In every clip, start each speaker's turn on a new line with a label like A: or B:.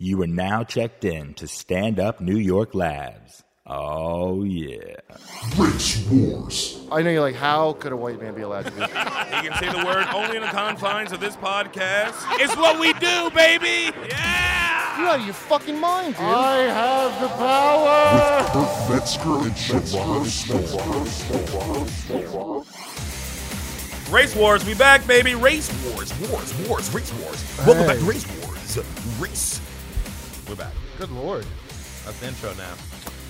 A: You are now checked in to Stand Up New York Labs. Oh, yeah.
B: Race Wars.
C: I know you're like, how could a white man be allowed to do that?
D: You can say the word only in the confines of this podcast. It's what we do, baby. Yeah.
C: You're out of your fucking mind, dude. I have the power.
B: Kurt Metzger and Shabazz Small.
D: Race Wars, we back, baby. Race Wars, Wars, Wars, Race Wars. Welcome back to Race Wars. Race. We're back.
C: Good lord,
D: That's the intro now.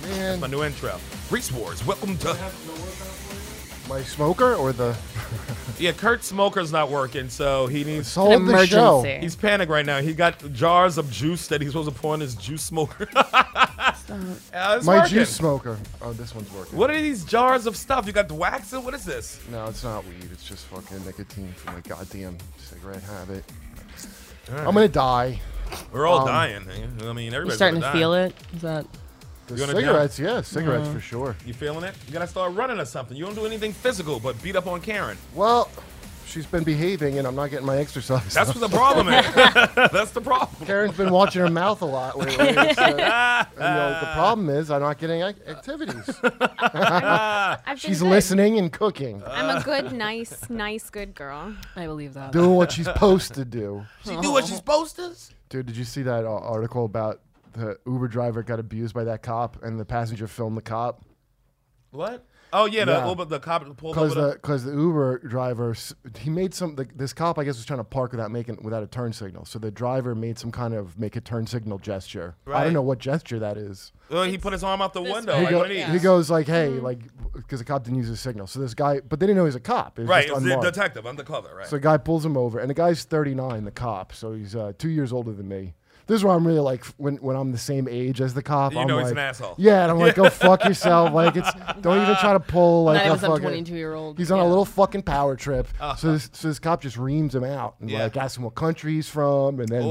C: man.
D: My new intro. Race Wars, welcome to.
C: My smoker or the
D: Yeah, Kurt Smoker's not working, so he needs.
C: soul of the show?
E: emergency.
D: He's panicked right now. He got jars of juice that he's supposed to pour in his juice smoker. Yeah, it's
C: My
D: working.
C: juice smoker. Oh, this one's working.
D: What are these jars of stuff? You got wax in? What is this?
C: No, it's not weed. It's just fucking nicotine from my goddamn cigarette habit. I'm gonna die.
D: We're all
C: Um,
D: dying. man. I mean,
E: You're
D: everybody's
E: starting to
D: gonna die.
E: feel it. Is that?
C: The
D: You wanna
C: cigarettes, yeah, cigarettes for sure.
D: You feeling it? You gotta start running or something. You don't do anything physical, but beat up on Karen.
C: Well, she's been behaving, and I'm not getting my exercise.
D: That's what the problem is. That's the problem.
C: Karen's been watching her mouth a lot lately. so- and, you know, the problem is I'm not getting ac- activities.
F: I've
C: She's uh,
F: been good.
C: listening and cooking,
F: I'm a good, nice, nice, good girl.
E: I believe that.
C: doing what she's supposed to do.
D: She do what she's supposed to.
C: Dude, did you see that uh, article about the Uber driver got abused by that cop and the passenger filmed the cop?
D: What? Oh yeah, the
C: Yeah. uh,
D: well, but the cop pulled
C: Because
D: over.
C: the because the Uber driver s- he made some the, this cop I guess was trying to park without making without a turn signal, so the driver made some kind of make a turn signal gesture. I
D: Right.
C: don't know what gesture that is.
D: The, uh, he put his arm out the window.
E: way.
C: He,
D: Like,
C: go-
D: what are these?
C: he goes like, "Hey," like because the cop didn't use his signal. So this guy, but they didn't know he's a cop. It was
D: right,
C: just
D: it's the
C: unmarked.
D: detective undercover. Right.
C: So a guy pulls him over, and the guy's 39, the cop, so he's uh, two years older than me. This is where I'm really like when when I'm the same age as the cop.
D: You
C: I'm
D: know
C: like,
D: he's an asshole.
C: Yeah, and I'm like, go fuck yourself. Like it's don't even try to pull like
E: Not
C: a
E: even some
C: fucking-
E: 22 year old.
C: He's on a little fucking power trip. So this so this cop just reams him out and
D: Uh-huh. Yeah.
C: like asks him what country he's from, and then he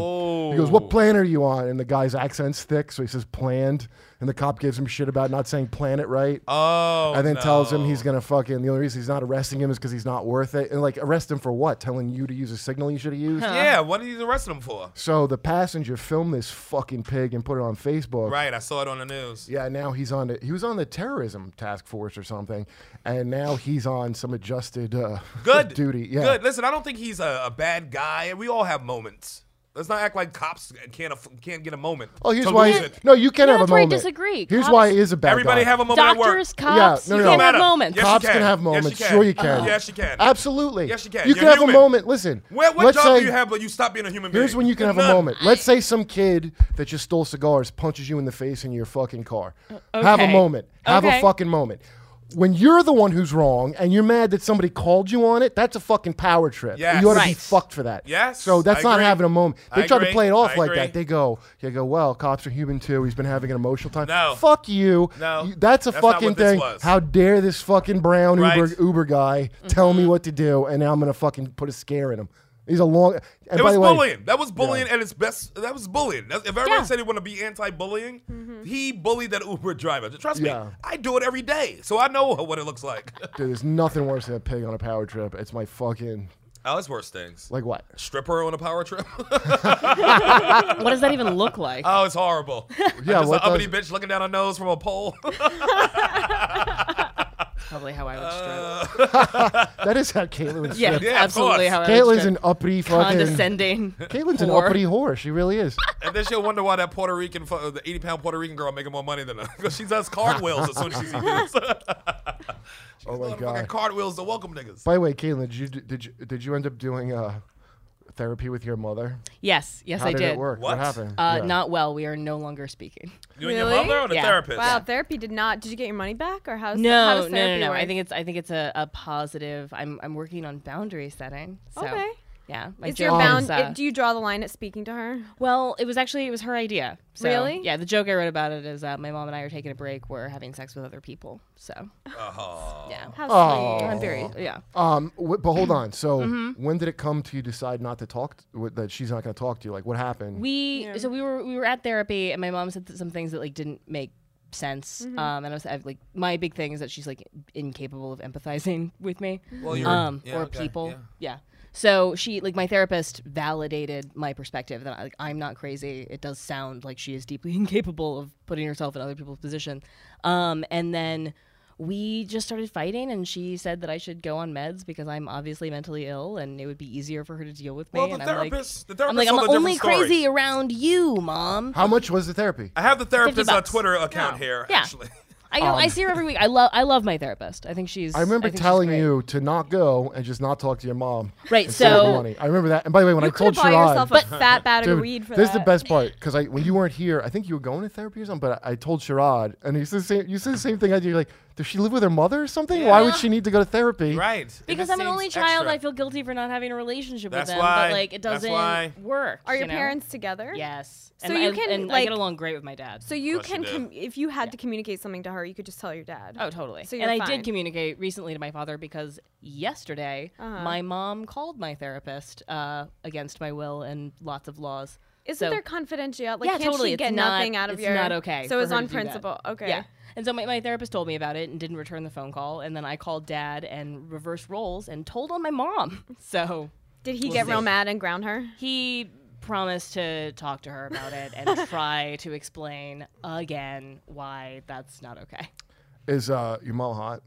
C: goes,
D: Oh.
C: "What plan are you on?" And the guy's accent's thick, so he says "planned," and the cop gives him shit about not saying "planet" right
D: oh.
C: and then
D: no.
C: tells him he's gonna fucking. The only reason he's not arresting him is because he's not worth it. And like, arrest him for what? Telling you to use a signal you should have used.
D: Yeah. What are you arresting him for?
C: So the passenger filmed this fucking pig and put it on Facebook.
D: Right. I saw it on the news.
C: Yeah, now he's on the he was on the terrorism task force or something, and now he's on some adjusted uh,
D: Good
C: duty. Yeah,
D: Good. Listen, I don't think he's a, a bad guy. We all have moments. Let's not act like cops can't aff- can't get a moment.
C: Oh, here's
D: to
C: why.
D: lose it.
C: No, you can
E: Yeah,
C: have a
E: that's where I
C: moment.
E: disagree.
C: Here's
E: Cops-
C: why he is a bad
D: Everybody
C: guy.
D: have a moment
E: Doctors,
D: at work.
E: cops.
C: no,
E: you
C: no,
E: can
C: no.
E: have
D: Matter.
E: moments.
D: Yes, you
C: Cops can.
D: can.
C: have
D: Yes, you
C: moments.
D: can.
C: Sure, you can.
D: Yes, you can.
C: Absolutely.
D: Yes, you can.
C: You
D: You're
C: can have
D: human.
C: a moment. Listen.
D: Where, what
C: let's
D: job
C: say,
D: do you have where you stop being a human being?
C: Here's when you can have a
D: None.
C: moment. Let's say some kid that just stole cigars punches you in the face in your fucking car. Have a
E: Uh, okay.
C: moment. Have a
E: Okay.
C: fucking moment. When you're the one who's wrong and you're mad that somebody called you on it, that's a fucking power trip.
D: Yes.
C: You ought to be
E: Right.
C: fucked for that.
D: Yes,
C: So that's
D: I
C: not
D: agree.
C: having a moment. They
D: I
C: try to
D: agree.
C: play it off
D: I
C: like
D: agree.
C: that. They go, they go, well, cops are human too. He's been having an emotional time.
D: No.
C: Fuck you.
D: No.
C: You- That's a
D: That's not
C: fucking
D: what this
C: thing.
D: was.
C: How dare this fucking brown
D: Right.
C: Uber Uber guy tell
E: Mm-hmm.
C: me what to do and now I'm going to fucking put a scare in him. He's a long. And
D: It
C: by
D: was
C: the way,
D: bullying. That was bullying at its best. That was bullying. That's, if everybody
E: Yeah. Mm-hmm.
D: said he want to be anti-bullying, he bullied that Uber driver. Trust
C: Yeah.
D: me, I do it every day, so I know what it looks like.
C: Dude, there's nothing worse than a pig on a power trip. It's my fucking
D: oh, that's worse things.
C: like what?
D: Stripper on a power trip.
E: What does that even look like?
D: oh, it's horrible.
C: Yeah,
D: Just an
C: what does-
D: uppity bitch looking down her nose from a pole.
E: Probably how I would strip.
C: that is how Caitlyn. is.
E: uh, yeah,
D: Yeah, of
E: absolutely
D: course.
E: how I would
C: Caitlin's
E: strip.
C: an uppity fucking.
E: condescending.
C: Caitlin's an
E: whore.
C: uppity whore. She really is.
D: and then she'll wonder why that Puerto Rican, fu- uh, the 80 pound Puerto Rican girl making more money than her. Because she does cartwheels as soon as she sees this.
C: oh my
D: Doing fucking
C: god.
D: cartwheels to welcome niggas.
C: By the way, Caitlin, did you did you, did you end up doing uh, therapy with your mother?
E: Yes, yes,
C: How
E: I
C: did,
E: did.
C: it work? What,
D: What?
C: happened?
E: Uh,
C: Yeah.
E: Not well. We are no longer speaking.
D: You and your
F: Really?
D: mother or the
E: Yeah.
D: therapist?
F: Wow, therapy did not. Did you get your money back, or how's how
E: No,
F: does
E: no,
F: therapy
E: no, no.
F: Work?
E: I think it's I think it's a, a positive. I'm I'm working on boundary setting.
G: uh,
E: So,
F: Okay.
E: Yeah. My
F: Is your
E: joke
F: bound?
E: is, uh,
F: it- do you draw the line at speaking to her?
E: Well, it was actually it was her idea. So,
F: Really?
E: Yeah. The joke I wrote about it is uh, my mom and I are taking a break. We're having sex with other people. So.
D: Uh-huh.
E: Yeah.
F: How
C: Oh.
F: sweet.
E: I'm very yeah.
C: Um, wh- but hold on. So when did it come to you decide not to talk to, wh- that she's not going to talk to you? Like what happened?
E: We so we were we were at therapy, and my mom said th- some things that like didn't make sense. Um, and I was I've, like, my big thing is that she's like incapable of empathizing with me,
D: Well, you're-
E: um,
D: yeah,
E: or
D: okay,
E: people.
D: yeah.
E: Yeah.
G: So she, like, my therapist validated my perspective that like, I'm not crazy. It does sound like she is deeply incapable of putting herself in other people's position. Um, and then we just started fighting, and she said that I should go on meds because I'm obviously mentally ill, and it would be easier for her to deal with me.
D: Well, the
G: and I'm like,
D: therapist- the therapist
G: I'm like,
D: told
G: I'm
D: a different
G: only
D: story."
G: crazy around you, mom.
C: How much was the therapy?
D: I have the
G: 50
D: therapist's uh,
G: bucks.
D: Twitter account
G: No.
D: here.
G: Yeah.
D: Actually,
G: I know. I see her every week. I love. I love my therapist. I think she's.
C: Um, I remember
G: think she's
C: telling
G: great.
C: you to not go and just not talk to your mom.
G: Right,
C: and save the
G: so-
C: money. I remember that. And by the way, when
F: You
C: I told
F: could buy
C: Sharon,
F: yourself a fat bag of
C: Dude,
F: weed for
C: this is the
F: that.
C: best part because I when you weren't here, I think you were going to therapy or something. But I, I told Sharad, and he said the same. You said the same thing. I did. You're like, does she live with her mother or something? Why would she need to go to therapy?
D: right? It
G: Because
D: just
G: I'm an
D: seems
G: only child,
D: extra.
G: I feel guilty for not having a relationship
D: That's
G: with them.
D: why-
G: But like, it
D: that's
G: doesn't
D: why.
G: work.
F: Are
G: you
F: your
G: know?
F: parents together?
G: Yes.
F: So
G: and
F: you
G: I,
F: can,
G: and I
F: like-
G: get along great with my dad.
F: So you
D: course you
F: can,
D: do.
F: com- if you had to communicate something to her, you could just tell your dad.
G: Oh, totally.
F: So
G: and
F: you're
G: I
F: fine.
G: did communicate recently to my father because yesterday
F: Uh-huh.
G: my mom called my therapist uh, against my will and lots of laws.
F: Isn't
G: So-
F: there confidential? Like,
G: yeah,
F: can't
G: totally.
F: she
G: it's
F: get
G: not,
F: nothing out of
G: it's
F: your?
G: not okay.
F: So
G: for
F: it's
G: her to
F: on
G: do that.
F: principle. Okay.
G: Yeah. And so my, my therapist told me about it and didn't return the phone call. And then I called dad and reversed roles and told on my mom. So
F: Did he get real
G: see.
F: mad and ground her?
G: he promised to talk to her about it and try to explain again why that's not okay.
C: Is uh, your mom hot?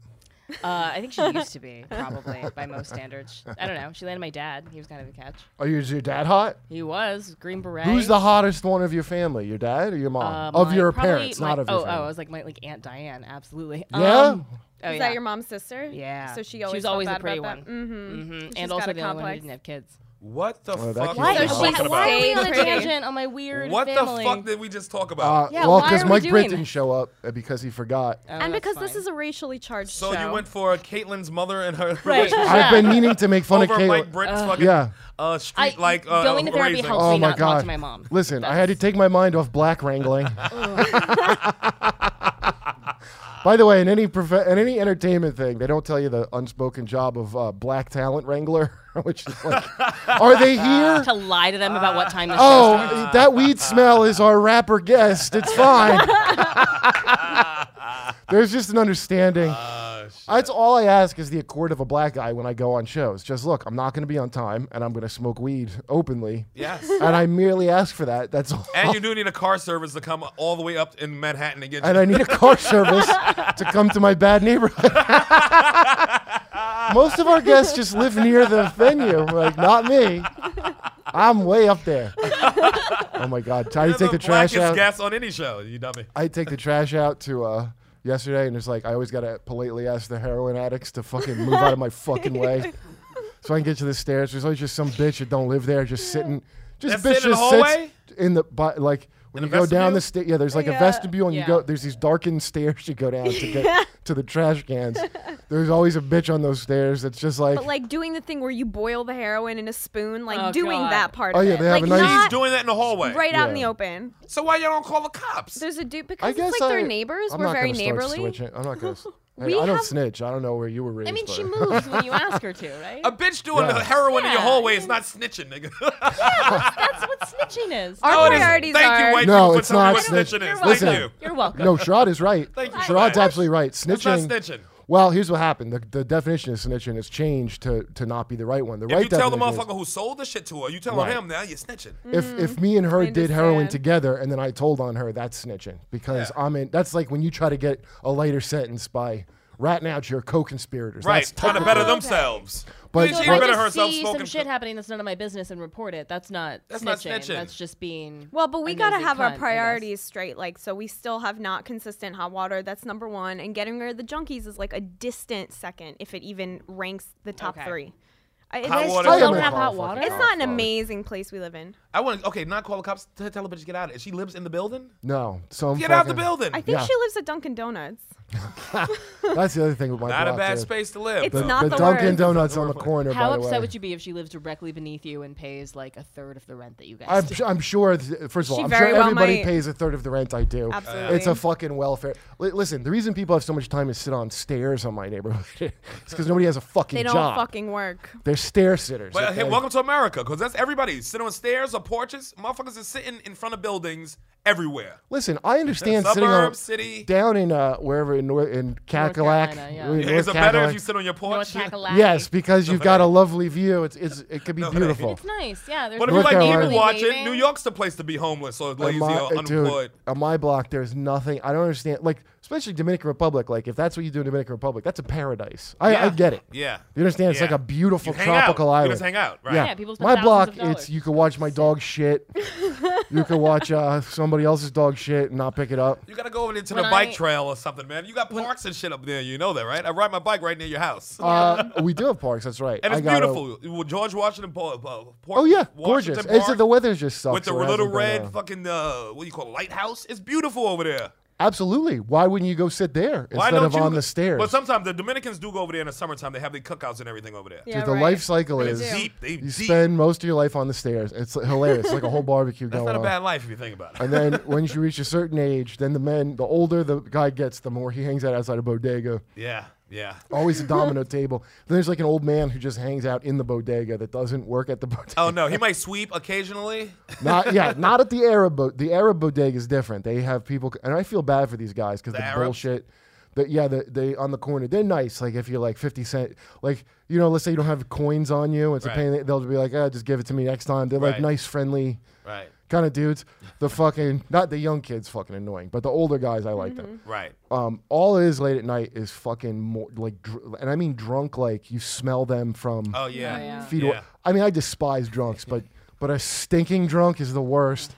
G: Uh, I think she used to be, probably, by most standards. I don't know. She landed my dad. He was kind of a catch.
C: Are you, Oh, is your dad hot?
G: He was Green Beret.
C: Who's the hottest one of your family? Your dad or your mom?
G: Uh,
C: of
G: my-
C: your
G: probably
C: parents,
G: my-
C: not of your
G: oh,
C: family.
G: Oh, I was like my like Aunt Diane, absolutely.
C: Yeah?
G: Um, oh,
F: Is
G: yeah.
F: that your mom's sister?
G: Yeah.
F: So she
G: She
F: always
G: was
F: felt
G: always the
F: bad
G: pretty
F: about
G: one.
F: That. Mm-hmm.
G: Mhm.
F: She's
G: and
F: got
G: also
F: a
G: the only one who
F: complex.
G: didn't have kids.
D: What the
C: Oh, that
D: fuck?
C: kid's Why-
D: Is we
C: so
D: talking
G: why, why are
D: about?
G: we on a
F: Pretty.
G: tangent on my weird
D: What
G: family?
D: the fuck did we just talk
C: Uh,
D: about?
G: Yeah,
C: well,
G: why
C: because
G: are we
C: Mike
G: doing
C: Britt
G: that?
C: didn't show up uh, because he forgot.
G: Oh,
F: and
G: that's
F: because this
G: fine.
F: is a racially charged
D: so
F: show.
D: you went for Caitlyn's mother and her
G: Right.
C: I've been meaning to make fun
D: over
C: of Kate.
D: Mike Britt's fucking
C: yeah.
D: uh, street
G: I-
D: like uh,
G: going to therapy
D: raising.
G: helps.
C: Oh
G: me
C: my
G: not
C: god!
G: talk to my mom.
C: Listen, I had to take my mind off black wrangling. By the way, in any prof- in any entertainment thing, they don't tell you the unspoken job of uh, black talent wrangler, which is like, are they here?
G: to lie to them about what time the show starts.
C: Oh, that weed smell is our rapper guest. It's fine. There's just an understanding.
G: Oh,
C: That's all I ask is the accord of a black guy when I go on shows. Just look, I'm not going to be on time, and I'm going to smoke weed openly.
D: Yes.
C: And I merely ask for that. That's all.
D: And you do need a car service to come all the way up in Manhattan to get you.
C: and I need a car service to come to my bad neighborhood. Most of our guests just live near the venue, like not me. I'm way up there. Oh my god! Try to
D: You're
C: take the, trash
D: blackest
C: out.
D: guest on any show, you dummy.
C: I take the trash out to uh, yesterday, and it's like I always gotta politely ask the heroin addicts to fucking move out of my fucking way, so I can get to the stairs. There's always just some bitch that don't live there, just sitting, just
D: That's
C: bitch
D: it in the
C: just sits
D: hallway?
C: in the but like when
D: In
C: you
D: the
C: go down
D: vestibule?
C: the sta- yeah, there's like a
F: Yeah.
C: vestibule, and
G: Yeah.
C: you go there's these darkened stairs you go down to get to the trash cans. There's always a bitch on those stairs that's just like,
F: But like doing the thing where you boil the heroin in a spoon, like
G: Oh,
F: doing
G: God.
F: that part.
C: Oh,
F: of
C: yeah,
F: it.
C: they have
F: like
C: a nice-
D: He's
F: not
D: doing that in the hallway.
F: right out in the
C: Yeah.
F: open.
D: So why you don't call the cops?
F: There's a
C: I
F: dude because
C: guess
F: it's like
C: I-
F: their neighbors.
C: I'm
F: We're
C: not
F: very
C: gonna start
F: neighborly.
C: switching. I'm not gonna. s- Hey,
F: We
C: I don't
F: have-
C: snitch. I don't know where you were raised.
G: I mean, she
C: but-
G: moves when you ask her to, right?
D: a bitch doing
C: Yeah.
D: heroin in your
G: Yeah,
D: hallway
G: I
D: is not snitching, nigga.
G: That's what snitching is.
F: Our
D: No, Oh, it is.
F: priorities
D: Thank
F: are
D: you, white
C: No,
D: people, for
C: it's
D: telling me
C: not
D: what
C: snitching.
D: snitching is.
G: You're
D: Thank
C: welcome.
D: you.
G: You're welcome.
C: No, Sherrod is right.
D: Thank you,
C: Sherrod's
D: Sherrod.
C: absolutely right.
D: That's not
C: Snitching.
D: snitching.
C: Well, here's what happened. The, the definition of snitching has changed to, to not be the right one. The
D: If
C: right
D: you tell the
C: definition is,
D: motherfucker who sold the shit to her, you tell
C: Right.
D: him now you're snitching.
C: if if me and her did heroin
F: understand.
C: together and then I told on her, that's snitching because I'm in. That's like when you try to get a lighter sentence by ratting out your co-conspirators.
D: Right,
C: That's
D: trying to
C: technically-
D: better themselves.
C: But-
D: Bitch,
G: So
D: she
G: if
C: but-
G: I
D: better
G: just
D: herself
G: see
D: smoking
G: some shit happening that's none of my business and report it, that's not
D: That's
G: snitching.
D: not snitching.
G: That's just being.
F: Well, but we
G: a
F: gotta
G: nosy
F: have
G: cunt, I
F: our
G: guess.
F: priorities straight. Like, so we still have not consistent hot water. That's number one. And getting rid of the junkies is like a distant second, if it even ranks the top
G: Okay.
F: three. I,
D: Hot
F: it's
D: water.
G: Still
C: I am
G: don't
C: a
G: have hot
C: motherfucker.
G: water.
F: it's not an amazing place we live in.
D: I want to, okay, not call the cops. T- tell the bitch to get out. of it. She lives in the building?
C: No, some
D: Get out the
C: fucking-
D: building.
F: I think
C: Yeah.
F: she lives at Dunkin' Donuts.
C: That's the other thing with my
D: not a
C: block,
D: bad
C: dude.
D: space to live.
F: It's
D: though.
C: The,
F: not
C: the
F: the
C: Dunkin'
F: worst.
C: Donuts on the
D: It's not the
C: corner.
G: How
C: by the way.
G: upset would you be if she lives directly beneath you and pays like a third of the rent that you guys
C: I'm,
G: do?
C: su- I'm sure. th- First of all,
F: She
C: I'm sure
F: very well
C: everybody
F: might.
C: pays a third of the rent I do.
F: Absolutely.
C: it's a fucking welfare. Li- listen, the reason people have so much time to sit on stairs on my neighborhood is because nobody has a fucking
F: They don't
C: job.
F: fucking work.
C: They're stair sitters.
D: But
C: okay?
D: hey, welcome to America, because that's everybody sitting on stairs or porches. Motherfuckers are sitting in front of buildings everywhere.
C: Listen, I understand
D: Suburb,
C: sitting on
D: city.
C: down in uh, wherever in North in Cackalack.
G: Carolina, yeah.
C: in
G: Yeah,
D: Is
C: North
D: it better
C: Cackalack.
D: if you sit on your
G: North
D: porch?
G: Kakalaki.
C: Yes, because you've got a lovely view. It's, it's it could be beautiful.
G: It's nice. Yeah. There's
D: What if you
C: North
D: like
C: Carolina.
D: people
C: Really
D: watching?
H: waving.
D: New York's the place to be homeless or
C: On
D: lazy
C: my-
D: or
C: uh, dude,
D: unemployed.
C: on my block, there's nothing. I don't understand. Like, especially Dominican Republic. Like, if that's what you do in Dominican Republic, that's a paradise. I, I
D: Yeah.
C: get it.
D: Yeah.
C: You understand? It's
D: Yeah.
C: like a beautiful
D: You hang
C: tropical
D: out. You
C: island.
D: just hang out, right?
C: Yeah.
G: Yeah, people spend
C: my
G: thousands
C: block,
G: of
C: it's
G: dollars.
C: you can watch my dog shit. you can watch uh, somebody else's dog shit and not pick it up.
D: You gotta go over into
G: When
D: the bike
G: I-
D: trail or something, man. You got parks and shit up there. You know that, right? I ride my bike right near your house.
C: Uh, we do have parks. That's right.
D: and
C: I
D: it's
C: got a-
D: beautiful. Well, George Washington Po- Po- Park.
C: oh yeah,
D: Washington
C: gorgeous. It's
D: Park
C: the weather just sucks.
D: With the
C: so it
D: little
C: hasn't been,
D: red
C: uh,
D: fucking, uh, what do you call it, lighthouse? It's beautiful over there.
C: absolutely. Why wouldn't you go sit there
D: Why
C: instead
D: don't
C: of
D: you
C: on
D: go-
C: the stairs?
D: But sometimes the Dominicans do go over there in the summertime. They have their cookouts and everything over there.
F: Yeah,
C: Dude, the
F: right.
C: life cycle
D: They
C: is
D: deep. They
C: you
D: deep.
C: spend most of your life on the stairs. It's hilarious. It's like a whole barbecue
D: That's
C: going
D: not a
C: on.
D: bad life if you think about it.
C: and then once you reach a certain age, then the men, the older the guy gets, the more he hangs out outside a bodega.
D: yeah, yeah.
C: Always a domino table. Then there's like an old man who just hangs out in the bodega that doesn't work at the bodega.
D: Oh no, he might sweep occasionally.
C: Not yeah, not at the Arab bo- the Arab bodega is different. They have people, and I feel bad for these guys because the,
D: Arabs?
C: bullshit. That yeah, the, they on the corner. They're nice. Like if you're like fifty cent, like you know, let's say you don't have coins on you, it's
D: Right.
C: a pain. They'll be like, ah, just give it to me next time. They're like
D: Right.
C: nice, friendly
D: Right,
C: kind of dudes. The fucking not the young kids, fucking annoying, but the older guys, I like them.
D: right.
C: Um, all it is late at night is fucking more like, dr- and I mean drunk. Like you smell them from
D: Oh yeah.
C: feet away.
D: Yeah.
C: I mean, I despise drunks, but but a stinking drunk is the worst.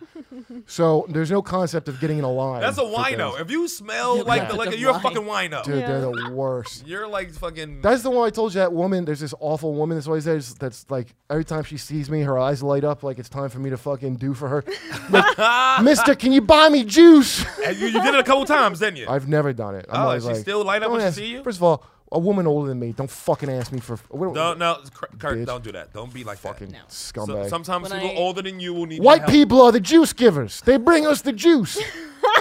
C: so there's no concept of getting in a line.
D: That's a
C: for
D: wino.
C: things.
D: If you smell like the,
G: put
D: like
G: the
D: you're a
G: wine.
D: fucking wino.
C: Dude, they're the worst.
D: You're like fucking.
C: That's the one I told you. That woman, there's this awful woman that's always there. That's, that's like every time she sees me, her eyes light up like it's time for me to fucking do for her. Like, Mister, can you buy me juice?
D: And you, you did it a couple times, didn't you?
C: I've never done it. I'm
D: Oh,
C: always
D: she
C: like,
D: still light up
C: "Don't
D: when she
C: ask-
D: see you?"
C: First of all, a woman older than me, don't fucking ask me for. What,
D: No, no, Kurt, Kurt
C: Bitch.
D: don't do that. Don't be like
C: fucking
D: that. So-
C: scumbag.
D: sometimes
G: When
D: people
G: I-
D: older than you will need
C: White
D: help.
C: people are the juice givers. They bring us the juice.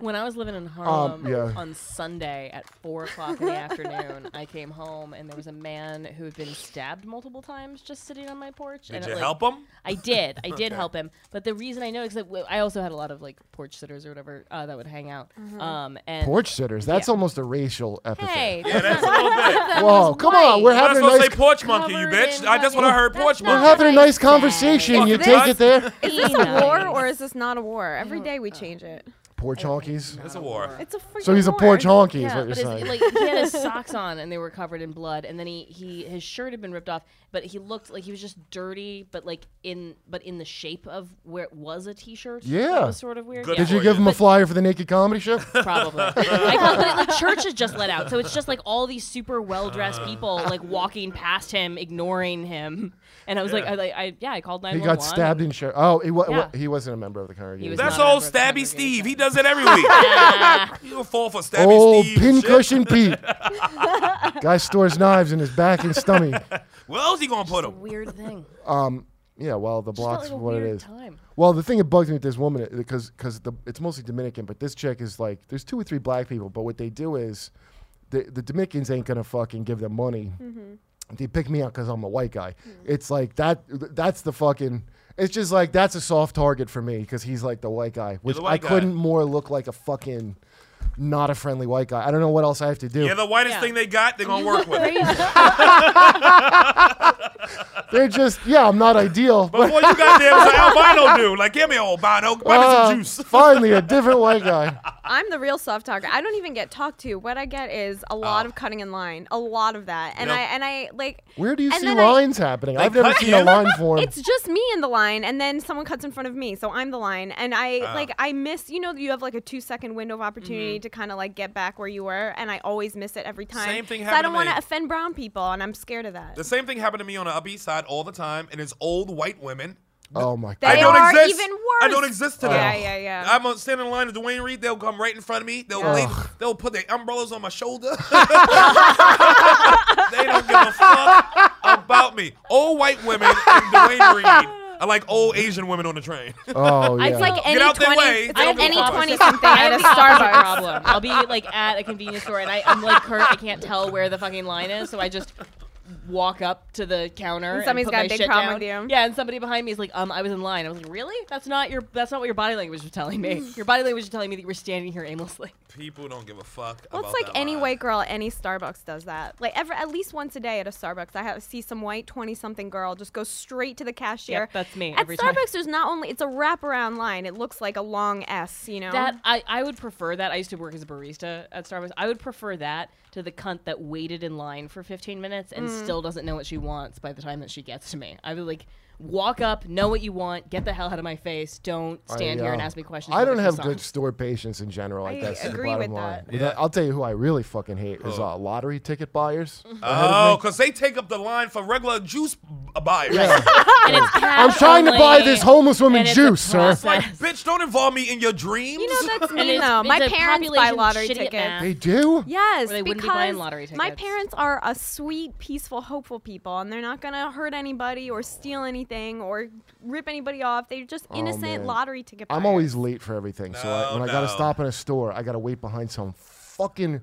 G: When I was living
D: Um,
G: in Harlem
C: yeah.
G: on Sunday at four o'clock in the afternoon, I came home and there was a man who had been stabbed multiple times just sitting on my porch.
D: Did
G: and
D: you
G: it, like,
D: help them?
G: I did. I did help him. But the reason I know is that w- I also had a lot of like porch sitters or whatever uh, that would hang out.
D: Mm-hmm.
G: Um, and
C: Porch sitters. That's
G: Yeah.
C: almost a racial epithet.
G: Hey,
D: Yeah, that's a little bit.
C: Whoa, come on. We're
G: white.
D: Might as
C: having a
D: well
C: nice.
D: say porch monkey, you
G: covered
D: bitch.
G: in
D: I, that's what I
G: fucking-
D: heard, porch
G: That's
C: we're
G: not
D: monkey.
C: having a nice conversation.
D: Fuck
C: You
D: this.
C: take it there.
F: Is this a war or is this not a war? Every day
D: Oh,
F: we change it.
C: Porch honkies.
D: It's a war.
F: It's a freaking
C: So he's a
F: war.
C: porch honky, is
G: Yeah,
C: what you're
G: but his,
C: saying.
G: like he had his socks on and they were covered in blood, and then he, he his shirt had been ripped off, but he looked like he was just dirty, but like in but in the shape of where it was a t-shirt.
C: Yeah.
G: that was sort of weird.
D: Good
G: yeah,
C: Did you
D: for
C: give
D: you.
C: him a flyer for the naked comedy show?
G: probably. I call it like churches just let out, so it's just like all these super well dressed people like walking past him, ignoring him, and I was like, I, like, I yeah, I called nine
C: He
G: one one.
C: got stabbed in show. Oh, he, wa- wa-
G: Yeah.
C: he wasn't a member of the congregation.
G: was
D: That's
G: not a
D: old
G: member of the
D: Stabby Steve. He does it every week. You'll fall for Stabby
C: Old
D: Steve. shit.
C: pincushion Pete. Guy stores knives in his back and stomach.
D: Where else he gonna put him?
G: Weird thing.
C: Yeah, well, the
G: felt
C: block's
G: like a
C: what it
G: weird
C: is.
G: time.
C: Well, the thing that bugs me with this woman because because the it's mostly Dominican, but this chick is like there's two or three black people, but what they do is the the Dominicans ain't gonna fucking give them money.
G: Mm-hmm.
C: They pick me out because I'm a white guy.
G: Mm.
C: It's like that. That's the fucking. It's just like that's a soft target for me because he's like the white guy, which
D: the white
C: I
D: guy.
C: couldn't more look like a fucking not a friendly white guy. I don't know what else I have to do.
D: Yeah, the whitest
G: Yeah.
D: thing they got, they're gonna work with.
C: They're just yeah, I'm not ideal. but
D: Before you got there, it was an albino dude. Like, give me an albino. Buy me
C: uh,
D: some juice.
C: finally, a different white guy.
F: I'm the real soft talker. I don't even get talked to. What I get is a lot of cutting in line, a lot of that,
D: Oh.
F: and
D: Yep.
F: I and I like.
C: Where do you
F: and
C: see
F: then I-
C: lines happening? I've never
D: cut
C: seen a
D: you?
C: line form.
F: It's just me in the line, and then someone cuts in front of me, so I'm the line, and I
D: Ah.
F: like I miss. You know, you have like a two second window of opportunity
D: Mm-hmm.
F: to kind of like get back where you were, and I always miss it every time.
D: Same thing
F: So I
D: happened
F: don't
D: to
F: want
D: me.
F: to offend brown people, and I'm scared of that.
D: The same thing happened to me on the Upper East Side all the time, and it's old white women.
C: oh my god.
F: They
D: I don't
F: are
D: exist.
F: even
D: I
F: worse.
D: don't exist today.
F: Yeah, yeah, yeah.
D: I'm uh, standing in line at Dwayne Reed. They'll come right in front of me. They'll
C: Ugh.
D: lean- they'll put their umbrellas on my shoulder. they don't give a fuck about me. Old white women and Dwayne Reed are like old Asian women on the train.
C: Oh yeah.
F: It's like any
D: out their
F: 20,
D: way.
F: it's
D: They
F: like
D: don't
F: any
D: give a fuck.
F: twenty something
G: I
F: at a
G: have the opposite
F: Starbucks.
G: problem. I'll be like at a convenience store and I, I'm like Kurt, I can't tell where the fucking line is, so I just walk up to the counter. And
F: somebody's
G: put
F: got
G: my
F: a big
G: shit
F: problem
G: down.
F: with you.
G: Yeah, and somebody behind me is like, um, I was in line. I was like, really? That's not your. That's not what your body language was telling me. Your body language was telling me that you were standing here aimlessly.
D: People don't give a fuck.
F: Well,
D: about
F: it's like
D: that
F: any
D: line.
F: white girl at any Starbucks does that. Like ever at least once a day at a Starbucks, I have, see some white twenty-something girl just go straight to the cashier.
G: Yep, that's me
F: At
G: every
F: Starbucks,
G: time.
F: there's not only it's a wraparound line. It looks like a long S. You know
G: That I, I would prefer that. I used to work as a barista at Starbucks. I would prefer that to the cunt that waited in line for 15 minutes and
C: Mm.
G: still doesn't know what she wants by the time that she gets to me. I would like walk up, know what you want, get the hell out of my face. Don't stand
C: I,
G: here
C: uh,
G: and ask me questions.
C: I
G: about
C: don't
G: the
C: have
G: croissant.
C: good store patience in general. I,
F: I
C: guess is the
F: agree
C: bottom
F: with
C: line.
F: that.
C: But I'll tell you who I really fucking hate is uh, lottery ticket buyers.
F: Mm-hmm.
D: Oh, because they take up the line for regular juice b- buyers.
G: And it's
C: I'm
G: cash
C: trying to buy
G: only,
C: this homeless woman
G: and it's a
C: juice, sir.
G: process.
D: Like, bitch, don't involve me in your dreams.
F: You know that's
G: And
F: me
G: it's-
F: though.
G: it's
F: My
G: a
F: parents buy
G: population
F: lottery
G: shit at
F: tickets.
G: math.
C: They do.
F: Yes,
G: Where they
F: because
G: wouldn't be buying lottery
F: my
G: tickets.
F: parents are a sweet, peaceful, hopeful people, and they're not gonna hurt anybody or steal anything or rip anybody off. They're just innocent
C: Oh, man.
F: lottery ticket.
C: I'm
F: buyers.
C: always late for everything, so I,
D: No,
C: when I gotta
D: no.
C: stop in a store, I gotta wait behind some fucking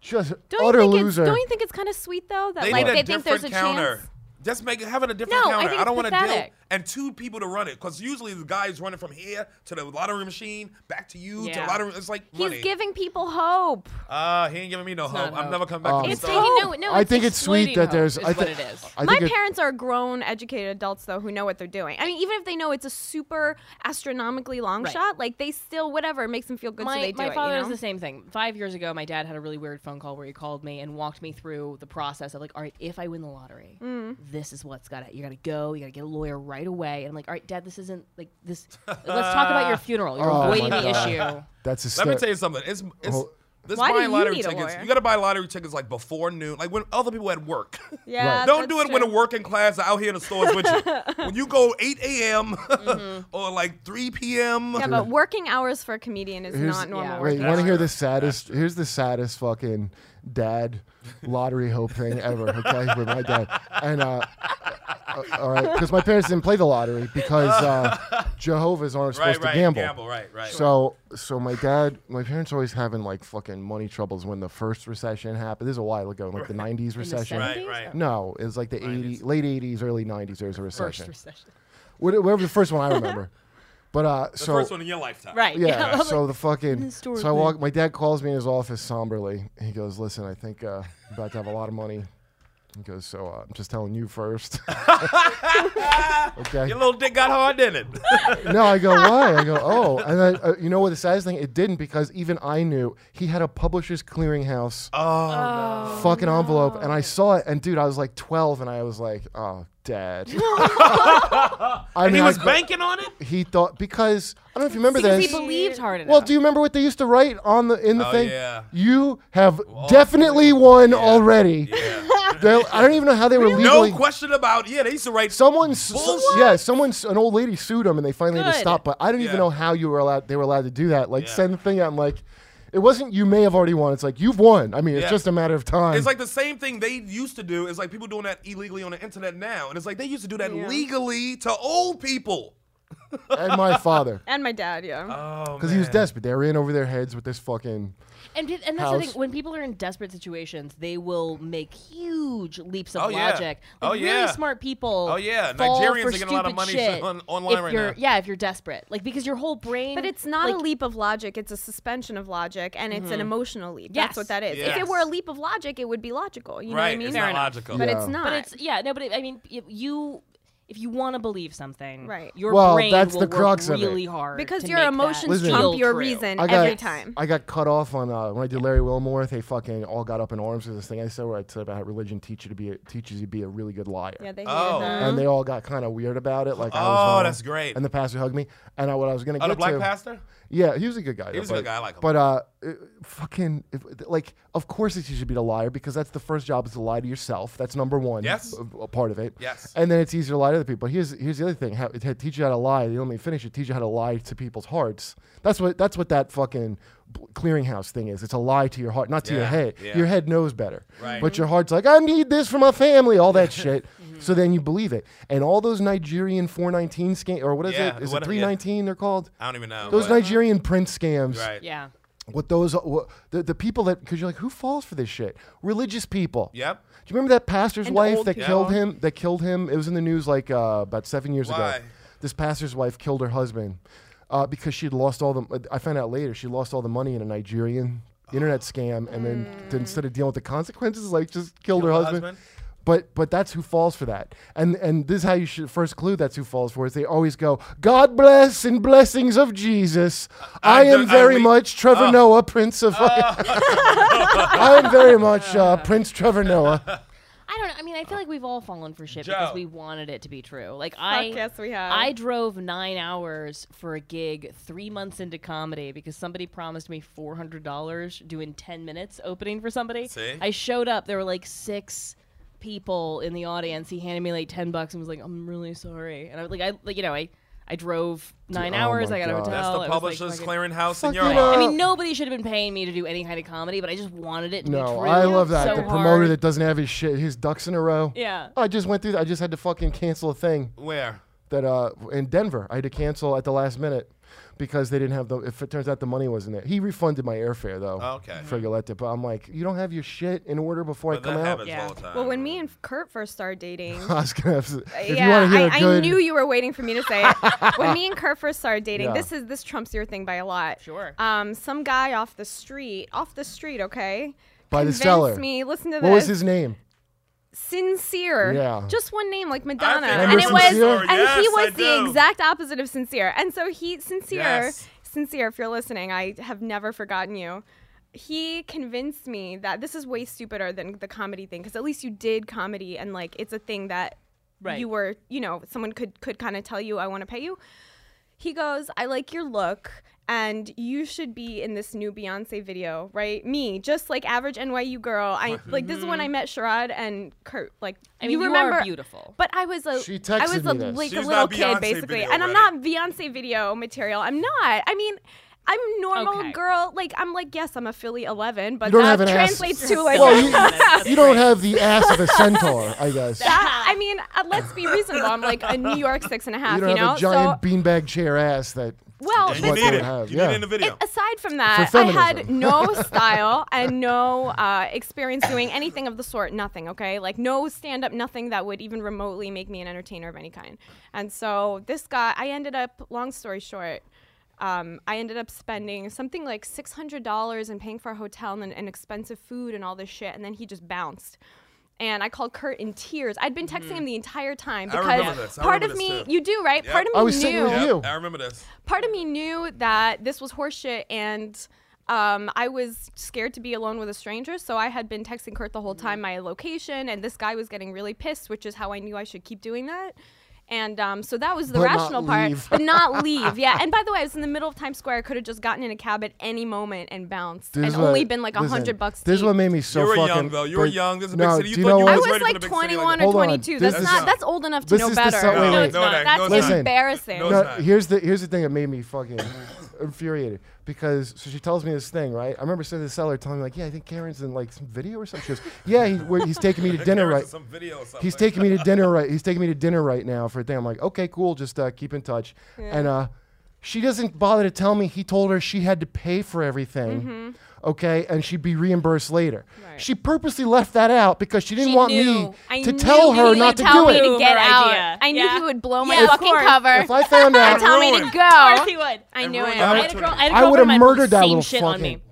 C: just
F: Don't
C: utter
F: you think
C: loser.
F: It's, don't you think it's kind of sweet though that
D: They
F: like
D: need a
F: they think
D: different
F: there's a
D: counter.
F: chance?
D: Just make having a different
F: No, I
D: counter.
F: think it's
D: don't want to deal
F: pathetic.
D: and two people to run it because usually the guy is running from here to the lottery machine, back to you to
G: Yeah.
D: lottery. It's like
F: He's
D: money.
F: giving people hope.
D: Ah, he ain't giving me no hope.
G: not
D: I'm
G: hope.
D: never coming back
C: Um,
D: to
G: It's
D: this.
F: It's
G: taking
D: stuff.
G: no,
F: hope.
G: no,
C: I think it's sweet
G: exploiting
C: that
G: hope
C: there's.
G: Is
C: I
G: what
C: thi-
G: it is.
C: I
F: My
C: think it-
F: parents are grown, educated adults though who know what they're doing. I mean, even if they know it's a super astronomically long
G: Right.
F: shot, like they still whatever it makes them feel good,
G: my,
F: so they do
G: my
F: it.
G: father
F: you
G: is
F: know?
G: the same thing. Five years ago, my dad had a really weird phone call where he called me and walked me through the process of like, all right, if I win the lottery,
F: Mm.
G: this is what's got to you got to go, you got to get a lawyer right away. And I'm like, all right, dad, this isn't like this. Let's talk about your funeral. You're
C: Oh,
G: avoiding
C: my
G: the
C: God.
G: issue.
C: That's a
D: Let me
C: step.
D: tell you something. It's it's
C: Oh.
D: this
F: Why do
D: buying
F: you
D: lottery
F: need a
D: tickets.
F: lawyer?
D: You gotta buy lottery tickets like before noon, like when other people at work.
F: Yeah,
C: Right.
D: Don't
F: that's
D: do it when the
F: true.
D: working class are out here in the stores with you. When you go 8 a.m. or like 3 p.m.
F: Mm-hmm. Yeah, but working hours for a comedian is
C: Mm-hmm. Here's-
F: not normal.
G: yeah.
C: Wait,
F: working
C: you want to
F: hours.
C: hear the saddest? Here's the saddest fucking dad lottery hope thing ever. Okay, with my dad, and uh, uh, all right, because my parents didn't play the lottery because uh, Jehovah's aren't supposed
D: right, right,
C: to gamble.
D: right, right.
C: So, so my dad, my parents always having like fucking money troubles when the first recession happened. This is a while ago, like the '90s recession.
D: right, right.
C: No, it was like the 80s, late '80s, early '90s. There was a recession.
G: First recession.
C: What- Whatever the first one I remember. But uh,
D: The
C: so
D: first one in your lifetime.
G: Right.
C: yeah.
G: I'm
C: so
G: like,
C: the fucking. So I walk. My dad calls me in his office somberly. He goes, "Listen, I think uh, I'm about to have a lot of money." He goes, "So uh, I'm just telling you first. okay.
D: Your little dick got hard, didn't it?
C: No, I go, "Why?" I go, "Oh." And then uh, you know what? The saddest thing, it didn't because even I knew he had a publisher's clearinghouse
D: Oh,
C: fucking envelope, and I saw it. And dude, I was like 12, and I was like, "Oh, dad." I
D: and he
C: mean, I
D: was
C: go-
D: banking on it.
C: He thought because I don't know if you remember
G: because
C: this.
G: he believed hard enough.
C: Well, do you remember what they used to write on the in the
D: Oh,
C: thing?
D: yeah.
C: You have definitely won already. They'll- I don't even know how they were legally.
D: No question about. Yeah, they used to write.
C: Someone, s- s-
D: Bullshit.
C: yeah, someone's an old lady sued them, and they finally had to
G: Good.
C: stop. But I don't even
D: Yeah.
C: know how you were allowed. They were allowed to do that. Like
D: Yeah.
C: send the thing out. and like, it wasn't. You may have already won. It's like you've won. I mean,
D: Yeah.
C: it's just a matter of time.
D: It's like the same thing they used to do. It's like people doing that illegally on the internet now, and it's like they used to do that legally to old people.
C: and my father,
F: And my dad, yeah.
D: Oh,
C: because he was desperate. They were in over their heads with this fucking.
G: And, pe- and that's the
C: House.
G: thing. When people are in desperate situations, they will make huge leaps of
D: Oh, yeah.
G: logic. Like,
D: Oh,
G: really
D: yeah.
G: smart people.
D: Oh, yeah.
G: fall
D: Nigerians
G: for
D: are getting a lot of
G: stupid
D: money
G: shit
D: on- online
G: if
D: right
G: you're-
D: now.
G: Yeah, if you're desperate, like because your whole brain.
F: But it's not a
G: like, Mm-hmm.
F: leap of logic. It's a suspension of logic, and it's an emotional leap.
G: Yes.
F: That's what that is. If
D: Yes.
F: it were a leap of logic, it would be logical. You know what I
D: right.
F: mean?
D: It's not logical.
F: But
C: Yeah.
F: it's not.
G: But it's yeah, no. But it, I mean, if you if you want to believe something,
F: Right.
G: Your
C: Well,
G: brain
C: that's
G: will
C: the crux
G: work
C: of it.
G: really hard
F: because
G: to
F: your
G: make that
F: emotions
C: Listen.
G: feel
F: trump your
G: true.
F: reason
C: I got,
F: every time.
C: I got cut off on uh, when I did Larry Wilmore. They fucking all got up in arms with this thing I said where I said about how religion teach you to be a, teaches you to be a really good liar.
F: yeah, they Uh-huh. hated
D: Oh.
F: that.
C: and they all got kind of weird about it. Like, I
D: Oh,
C: was wrong.
D: that's great.
C: And the pastor hugged me. And I, what I was gonna get
D: Oh, the black
C: to,
D: pastor.
C: yeah, he was a good guy. He
D: was a good guy. I like him.
C: But uh, it- fucking, if, like, of course it's you should be the liar because that's the first job is to lie to yourself. That's number one.
D: Yes.
C: A, a part of it.
D: Yes.
C: And then it's easier to lie to other people. Here's here's the other thing. How, it, teach you how to lie. You only finish it. Teach you how to lie to people's hearts. That's what that's what that fucking b- clearinghouse thing is. It's a lie to your heart, not to your
D: Yeah,
C: head.
D: yeah.
C: Your head knows better.
D: Right. Mm-hmm.
C: But your heart's like, I need this for my family. All that shit. So then you believe it. And all those Nigerian 419 scam or what is
D: Yeah,
C: it? Is
D: what-
C: it
D: yeah.
C: 319? They're called.
D: I don't even know.
C: Those
D: but-
C: Nigerian print scams
D: Right.
G: Yeah.
C: What those what, the the people that because you're like who falls for this shit? Religious people.
D: Yep.
C: Do you remember that pastor's
G: And
C: wife
G: old
C: that
D: people.
C: killed him? That killed him. It was in the news like uh, about seven years
D: Why?
C: ago. This pastor's wife killed her husband uh, because she'd lost all the. I found out later she lost all the money in a Nigerian internet scam, and then
G: Mm.
C: then instead of dealing with the consequences, like just killed, her
D: her
C: husband.
D: husband?
C: But but that's who falls for that, and and this is how you should first clue that's who falls for is they always go God bless and blessings of Jesus. I
D: I'm
C: am
D: the-
C: very
D: I'm we- Oh.
C: much Trevor Noah, Prince of. I am very much uh, Prince Trevor Noah.
G: I don't know. I mean, I feel like we've all fallen for shit
D: Joe.
G: because we wanted it to be true. Like I
F: yes, we have.
G: I drove 9 hours for a gig 3 months into comedy because somebody promised me $400 doing 10 minutes opening for somebody.
D: See?
G: I showed up, there were like 6 people in the audience. He handed me like 10 bucks and was like, "I'm really sorry." And I was like I like you know, I I drove 9
C: oh
G: hours.
C: my
G: I got a
C: God.
G: hotel.
D: That's
G: I
D: the
G: was, like,
D: publisher's
G: fucking-
D: clearinghouse in
C: Fuck
D: your
C: you
D: house.
G: I
C: up.
G: mean, nobody should have been paying me to do any kind of comedy, but I just wanted it to be
C: No,
G: true.
C: I love that
G: so
C: the
G: hard.
C: promoter that doesn't have his shit, his ducks in a row.
G: Yeah.
C: I just went through. that. I just had to fucking cancel a thing
D: Where?
C: that uh in Denver. I had to cancel at the last minute because they didn't have the. If it turns out the money wasn't there, he refunded my airfare though.
D: Okay.
C: For Yolette, but I'm like, you don't have your shit in order before
D: But
C: I come
D: that
C: out.
D: happens all the time.
F: Well, when me and Kurt first started dating,
C: I was gonna have to, Um, if you
F: yeah,
C: want to hear a
F: I,
C: good,
F: I knew you were waiting for me to say it. when me and Kurt first started dating,
C: Yeah.
F: this is this trumps your thing by a lot.
G: Sure.
F: Um, some guy off the street, off the street, okay.
C: By the
F: convinced
C: seller.
F: Me, listen to
C: what
F: this.
C: was his name?
F: sincere.
C: Yeah.
F: Just one name like Madonna.
D: think
F: And
C: Remember
F: it was
C: Sincere?
F: and
D: Yes,
F: he
D: I
F: was the
D: do.
F: exact opposite of sincere. And so he sincere
D: Yes.
F: sincere, if you're listening, I have never forgotten you. He convinced me that this is way stupider than the comedy thing because at least you did comedy and like it's a thing that
G: Right.
F: you were, you know, someone could could kind of tell you I want to pay you. He goes, "I like your look." And you should be in this new Beyonce video, right? Me, just like average NYU girl. I like this is when I met Sharad and Kurt. Like
G: I mean,
F: you
G: you,
F: remember
G: are beautiful.
F: But I was a
C: She
F: I
C: texted
F: was a,
C: me this.
F: like a
D: She's
F: little
D: not
F: kid
D: Beyonce
F: basically,
D: video
F: and I'm
D: ready.
F: not Beyonce video material. I'm not. I mean, I'm normal
G: Okay.
F: girl. Like I'm like yes, I'm a Philly 11, but
C: You don't
F: that
C: have an ass.
F: translates to like.
C: Well,
G: That's
C: you-
G: that's- that's
C: You don't
G: great.
C: have the ass of a centaur, I guess.
F: that- I mean, uh, let's be reasonable. I'm like a New York six and a half,
C: you
F: you,
C: don't have
F: know.
C: a giant
F: so,
C: beanbag chair ass that.
D: And
F: well,
C: what
D: you
C: they
F: this
D: need
C: would
D: it.
C: have,
D: you
C: yeah.
D: need it in the video.
F: aside from that,
C: For
F: I had
C: feminism.
F: no style and no uh, experience doing anything of the sort. Nothing, okay? Like no stand up, nothing that would even remotely make me an entertainer of any kind. And so this guy, I ended up. Long story short. Um, I ended up spending something like six hundred dollars and paying for a hotel and, and expensive food and all this shit, and then he just bounced. And I called Kurt in tears. I'd been texting him the entire time
D: Mm-hmm. I
F: because
D: remember this. I
F: part
D: remember
F: of
D: this
F: me,
D: too.
F: you do right.
D: Yep.
F: Part of me
C: I was
F: knew
C: sitting with
D: Yep,
C: you.
D: I remember this.
F: part of me knew that this was horseshit and um, I was scared to be alone with a stranger, so I had been texting Kurt the whole time
C: Mm-hmm.
F: my location, and this guy was getting really pissed, which is how I knew I should keep doing that. And um, so that was the
C: But not
F: rational part,
C: leave.
F: but not leave. Yeah. And by the way, I was in the middle of Times Square. I could have just gotten in a cab at any moment and bounced,
C: This
F: and
C: is what-
F: only been like a
C: listen,
F: hundred bucks.
C: This is
F: deep.
C: what made me so
D: You were young,
C: fucking.
D: though. You were
C: but-
D: young. This is a big
C: no,
D: city. You
C: do you
D: thought
C: know
D: you
F: I
D: was
C: what?
D: ready for
F: was like
D: the big city like
F: 21
D: that.
F: or
C: Hold on.
F: 22.
C: This
F: That's
C: is-
F: not. That's old enough to
C: this
F: know
C: is the
F: better.
C: so- wait,
G: No,
C: wait.
G: it's
D: No, it ain't. No,
G: not.
F: That's
D: it's not.
C: Listen.
F: embarrassing.
D: No, it's
C: No,
D: not.
C: here's the here's the thing that made me fucking infuriated because so she tells me this thing right. I remember sitting in the cellar telling me like, yeah, I think Karen's in like some video or something. She goes, yeah, he, we're, he's taking me to dinner
D: There was
C: right.
D: Some video or something.
C: He's taking me to dinner right. He's taking me to dinner right now for a thing. I'm like, okay, cool. Just uh, keep in touch. And uh, she doesn't bother to tell me he told her she had to pay for everything.
F: Mm-hmm.
C: Okay, and she'd be reimbursed later. She purposely left that out because she didn't
G: She
C: want
G: knew.
C: me
F: I
C: to
F: knew
C: tell
F: you
C: her
F: would
C: not to
F: tell
C: do
F: me
C: it.
F: to get
G: Boomer
F: out.
G: idea.
F: I knew
G: Yeah.
F: he would blow
G: Yeah,
F: my
G: of
F: fucking
G: course.
F: cover
C: If I found
F: and
C: out,
F: tell me to
D: Ruined.
F: go.
G: Of course he would.
F: I knew
D: Ruined
F: it.
G: I
D: my
G: had a girl. I, had a
C: I
G: girlfriend
C: would've
G: of mine put the
C: murdered that
G: same
C: little
G: shit on
C: fucking-
G: me.
D: It-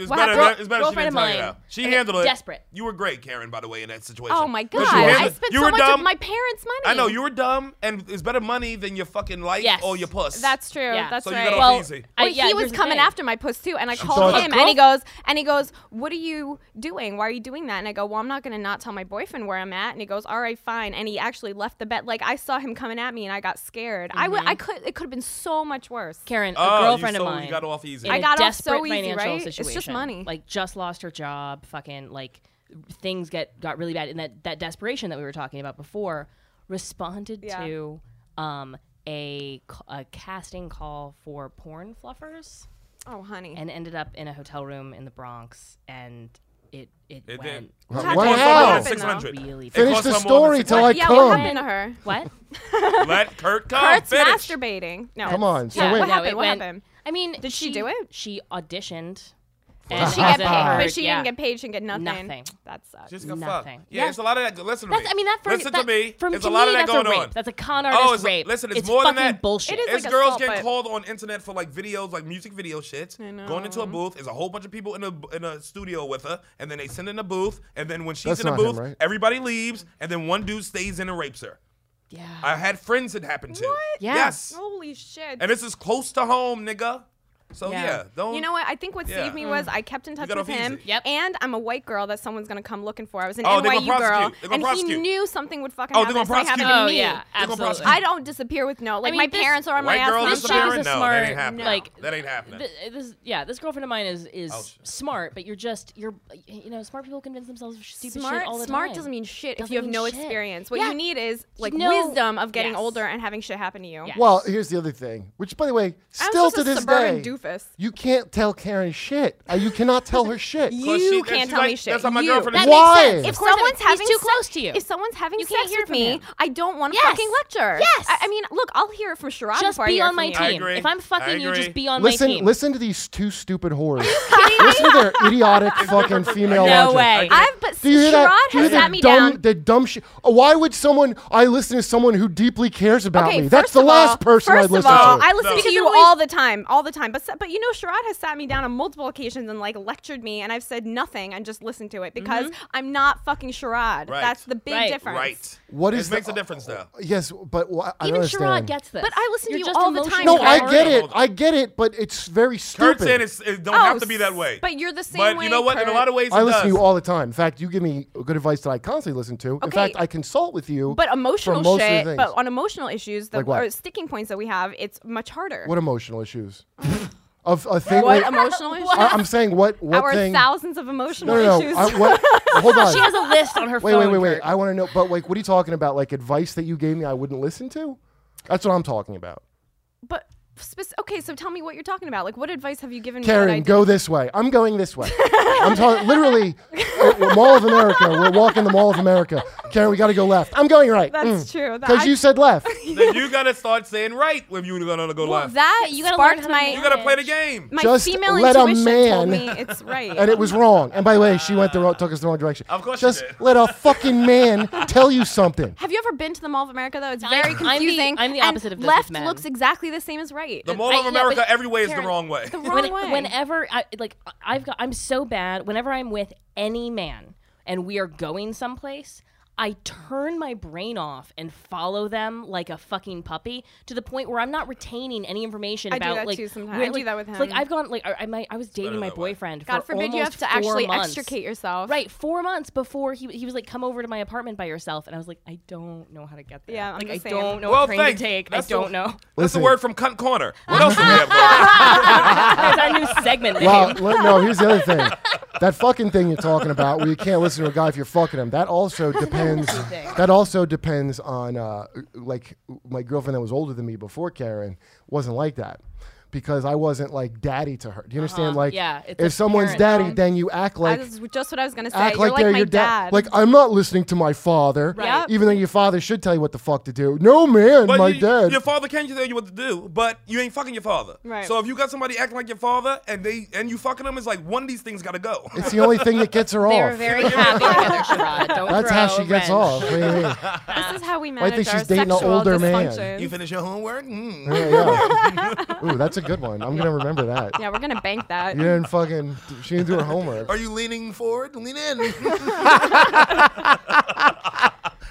D: It's
F: What
D: better,
F: happened?
D: it's better she
G: Girlfriend
D: didn't
G: of
D: tell you
G: mine.
D: that. She
G: Okay,
D: handled it.
G: desperate.
D: You were great, Karen, by the way, in that situation.
F: Oh my
D: But
F: god!
D: you handled-
F: I spent
D: you
F: so
D: were
F: much
D: dumb.
F: of my parents' money.
D: I know, you were dumb, and it's better money than your fucking life
G: Yes.
D: or your puss.
F: That's true.
G: Yeah.
F: That's
D: So you
F: right.
D: gotta
F: well,
G: Well,
D: easy.
G: I-
F: wait,
G: yeah,
F: he
G: here's
F: was
G: the
F: coming
G: thing.
F: after my puss too, and I called
C: thought-
F: him, and he goes, and he goes, "What are you doing? Why are you doing that?" And I go, "Well, I'm not gonna not tell my boyfriend where I'm at." And he goes, "All right, fine." And he actually left the bed. Like I saw him coming at me, and I got scared. I would, I could, it could have been so much worse.
G: Karen, a
D: Oh,
G: girlfriend
D: you
G: of
D: sold-
G: mine.
D: You got off easy.
G: in
F: I
G: a
F: got off so
G: desperate
F: easy,
G: financial
F: right? It's
G: situation.
F: just money.
G: Like just lost her job, fucking like things get got really bad, and that that desperation that we were talking about before responded
F: Yeah.
G: to um a, c- a casting call for porn fluffers
F: Oh, honey.
G: and ended up in a hotel room in the Bronx and
E: it it,
D: It
E: went.
D: did.
C: Wow.
D: It cost
C: Wow.
D: her more than
F: Happened, though.
D: 600.
E: Really
D: It
E: fast.
C: Finish
D: cost
C: the
D: her more than
C: story till I
F: yeah,
C: come.
F: what happened to her?
G: What?
D: Let Kurt come.
F: Kurt's
D: finish.
F: masturbating. No.
C: Come on. So
F: Yeah,
C: wait.
F: what
G: No,
F: happened?
G: it
F: What
G: went-
F: happened?
G: I mean,
F: Did she do it?
G: She auditioned.
F: Did
G: And
F: she get paid?
G: wasn't
F: But
G: hired,
F: she
G: yeah.
F: didn't get paid. She didn't get nothing.
G: Nothing.
F: That sucks.
D: Just go
G: Nothing.
D: fuck. Yeah,
G: Yeah.
D: it's a lot of that. Listen to
G: That's,
D: me.
G: I mean, that for
D: listen
G: that,
D: to me.
G: From,
D: it's a
G: to
D: lot
G: me,
D: of that
G: that's
D: going
G: a rape.
D: on.
G: That's a con artist
D: it's a-
G: rape.
D: listen, it's
G: it's
D: more than
G: fucking
D: that.
G: bullshit.
F: It is
D: it's
F: like
D: girls
F: assault,
D: getting
F: but-
D: called on internet for like videos, like music video shits.
F: I know.
D: Going into a booth, there's a whole bunch of people in a in a studio with her, and then they send in a booth, and then when she's
C: That's
D: in a
C: not him,
D: booth,
C: right?
D: everybody leaves, and then one dude stays in and rapes her.
G: yeah.
D: I had friends it happened to.
G: Yeah.
D: Yes.
F: Holy shit.
D: And this is close to home, nigga. So yeah,
G: Yeah.
D: don't.
F: you know what? I think what
D: Yeah.
F: saved me
C: Mm.
F: was I kept in touch
D: got
F: with
D: off easy.
F: him.
G: Yep.
F: And I'm a white girl that someone's gonna come looking for. I was an
D: Oh, they're gonna
F: NYU girl.
D: prosecute. They're gonna
F: And he
D: prosecute.
F: knew something would fucking
D: Oh,
F: happen.
D: they're gonna
F: so he had
D: prosecute
F: to
D: you.
G: oh
F: meet.
G: yeah,
D: They're gonna
G: absolutely.
D: prosecute
F: I don't disappear with no. Like
G: mean,
F: my
G: this-
F: parents are on my
D: White
F: ass.
D: girl
F: now.
G: This chick is
D: disappearing?
G: a
D: No,
G: smart.
D: that ain't happening.
G: Like
D: That ain't happening.
G: th- this, yeah, this girlfriend of mine is is
D: Oh, shit.
G: smart, but you're just you're you know smart people convince themselves of stupid
F: smart
G: shit all the
F: smart
G: time.
F: doesn't mean shit if
G: Doesn't
F: you have
G: mean
F: no
G: shit.
F: experience. What
G: Yeah.
F: you need is like
G: know-
F: wisdom of getting
G: Yes.
F: older and having shit happen to you.
G: Yeah.
C: Well, here's the other thing, which by the way,
F: I was
C: still
F: just
C: to
F: a
C: this day,
F: suburban doofus.
C: you can't tell Karen shit. Uh, you cannot tell her shit.
D: Plus she-
F: You
D: that's-
F: can't
D: she
F: tell
D: like-
F: me shit.
D: That's how my
F: You.
D: girlfriend is.
C: That Why?
G: Makes sense.
C: If
G: Of course,
F: someone's
G: he's
F: having
G: too
F: sex-
G: close to you.
F: If someone's having
G: You can't
F: sex
G: hear
F: with
G: from
F: me,
G: him.
F: I don't want to
G: Yes.
F: fucking lecture.
G: Yes.
F: I, I mean, look, I'll hear it from Sharad
G: just
F: before
G: be
F: I hear it
G: on
F: from
G: my
F: you.
D: I
G: team.
D: agree.
G: If I'm
D: I
G: fucking you,
D: agree.
G: just be on
C: listen,
G: my team.
C: listen to these two stupid whores. listen to their idiotic fucking female
G: No
C: logic.
G: way.
F: I've but
C: Do you hear
F: Sherrod
C: that? Do you
F: has
C: hear
F: sat
C: the
F: me
C: dumb,
F: down.
C: The dumb shit. why would someone? I listen to someone who deeply cares about
F: Okay,
C: me. That's
F: first
C: the
F: of
C: last
F: all-
C: person
F: first
C: I'd listen
F: of all,
C: to.
F: I listen
D: No.
F: to
D: Because
F: you
G: always-
F: all the time, all the time. But s- but you know, Sherrod has sat me down on multiple occasions and like lectured me, and I've said nothing and just listened to it because I'm not fucking Sherrod.
D: Right.
F: That's the big
G: Mm-hmm. Right.
F: difference.
D: Right.
C: What
D: It
C: is
D: makes
C: the-
D: a difference though.
C: yes, but wh- I
G: Even
C: don't
G: Sherrod
C: understand.
G: gets this.
F: But I listen to
G: You're
F: you
G: just
F: all the
G: emotionally
F: time,
C: no,
F: Sherrod.
C: I get
D: Hold
C: it.
D: on.
C: I get it, but it's very
D: Kurt's in.
C: stupid.
D: It's, it don't
F: Oh,
D: have to be that way.
F: but you're the same
D: But
F: way,
D: you know what? In a
F: Kurt.
D: lot of ways,
C: I
D: it
C: listen to
D: does.
C: you all the time. In fact, you give me good advice that I constantly listen to. In
F: Okay.
C: fact, I consult with you.
F: But
C: for
F: emotional
C: most Of
F: shit,
C: the things.
F: but on emotional issues, the
C: Like what?
F: or sticking points that we have, it's much harder.
C: what emotional issues? of a thing.
F: What
C: wait,
F: emotional issues?
C: I, am saying what what
F: Our
C: thing?
F: thousands of emotional
C: no, no, no.
F: issues.
C: I, what, hold on.
G: she has a list on her
C: Wait,
G: phone.
C: wait, wait, wait.
G: Kurt.
C: I want to know. But like, what are you talking about? Like advice that you gave me, I wouldn't listen to. That's what I'm talking about.
F: but spec- okay, so tell me what you're talking about. Like, what advice have you given me? that I
C: Karen,
F: did-
C: go this way. I'm going this way. I'm talking literally uh, Mall of America. We're walking the Mall of America. Karen, we got to go left. I'm going right.
F: That's true. That-
C: Because
F: I-
C: you said left.
D: then you gotta start saying right when you're gonna go
F: Well,
D: left.
F: that
G: Yeah, you gotta learn
F: sparked
G: how to
F: my
D: you gotta play the game.
F: my
C: Just
F: female
C: let a
F: intuition told
C: man-
F: me it's right.
C: And it was wrong. And by the way, she went the wrong, took us the wrong direction.
D: Of course she
C: Just
D: did.
C: let a fucking man tell you something.
F: have you ever been to the Mall of America though? It's
G: I'm-
F: very
G: I'm the-
F: confusing.
G: I'm the
F: and
G: opposite of this with
F: left
G: men.
F: looks exactly the same as right.
D: The
F: It-
D: Mall
G: I-
D: of
G: yeah,
D: America
G: but
D: every way is the
G: Karen,
D: wrong way.
F: the
G: When-
F: wrong way.
G: Whenever I like, I've got. I'm so bad. Whenever I'm with any man and we are going someplace, I turn my brain off and follow them like a fucking puppy to the point where I'm not retaining any information
F: I do
G: about
F: that
G: like.
F: too sometimes.
G: where-
F: I do
G: like-
F: that with
G: Like
F: him.
G: I've gone like I, I, might- I was dating my
D: that way.
G: boyfriend.
F: God
G: for
F: forbid you have
G: almost
F: to
G: four
F: actually
G: months.
F: extricate yourself.
G: Right, four months before he he was like, "Come over to my apartment by yourself," and I was like, "I don't know how to get there.
F: Yeah, I'm
G: like
F: the
G: I
F: same.
G: don't know
D: Well,
G: what train
D: thanks.
G: to take.
D: That's
G: I
D: the-
G: don't know."
D: That's the
C: Listen.
D: word from cunt corner. What else do we have? Laura?
G: That's our new segment name.
C: Wow. Let, no, here's the other thing. That fucking thing you're talking about, where you can't listen to a guy if you're fucking him. That also depends. that also depends on uh, like my girlfriend that was older than me before Karen wasn't like that. Because I wasn't like daddy to her. Do
F: Uh-huh.
C: you understand? Like,
G: Yeah, it's
C: if
G: a
C: someone's
G: parent
C: daddy,
G: role.
C: then you act like
F: That's just what I was gonna say.
C: act
F: You're
C: like,
F: like,
C: they're
F: my
C: your
F: dad.
C: dad. Like, I'm not listening to my father,
F: Right.
C: even though your father should tell you what the fuck to do. No, man,
D: But
C: my
D: you-
C: dad.
D: Your father can tell you what to do, but you ain't fucking your father.
F: Right.
D: So if you got somebody acting like your father and they and you fucking them, it's like one of these things gotta go.
C: it's the only thing that gets her
G: They're
C: off.
G: very happy together, Sharada. Don't
C: That's
G: throw
C: how she gets
G: a wrench.
C: off. Yeah, yeah.
F: this is how we
C: I
F: manage
C: think
F: our
C: she's dating an
F: sexual
C: older man.
F: dysfunctions.
D: you finish your homework. Mm.
C: Yeah, yeah. Ooh, that's a good one. I'm gonna remember that.
F: yeah, we're gonna bank that.
C: You didn't fucking. She didn't do her homework.
D: Are you leaning forward? Lean in.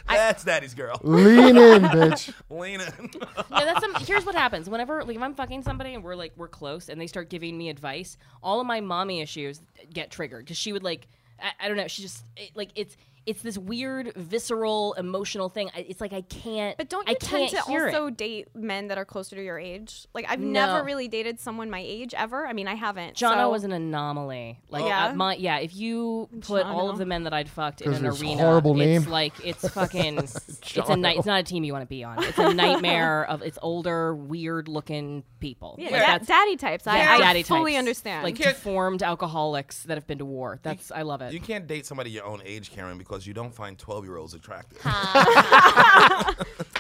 D: That's daddy's girl.
C: Lean in, bitch.
D: Lean in.
G: No, that's some, here's what happens. Whenever like if I'm fucking somebody and we're like we're close and they start giving me advice, all of my mommy issues get triggered because she would like I, I don't know. She just it, like it's it's this weird visceral emotional thing. I, it's like I can't.
F: But don't
G: I
F: you tend
G: can't
F: to
G: hear it.
F: also date men that are closer to your age? Like I've never
G: No.
F: really dated someone my age ever. I mean, I haven't.
G: Jono
F: so-
G: was an anomaly. Like
F: Yeah?
G: yeah, my, yeah. If you put all of
F: Jono.
G: the men that I'd fucked in
C: 'Cause
G: an
C: of his
G: arena,
C: horrible
G: it's
C: name.
G: like it's fucking. it's a night. It's not a team you want to be on. It's a nightmare of it's older, weird looking people.
F: Yeah,
G: Like,
F: da-
G: that's
F: daddy types. I, I
G: daddy
F: fully
G: types.
F: understand.
G: Like
D: You can't-
G: deformed alcoholics that have been to war. That's I love it.
D: You can't date somebody your own age, Karen, because you don't find 12 year olds attractive.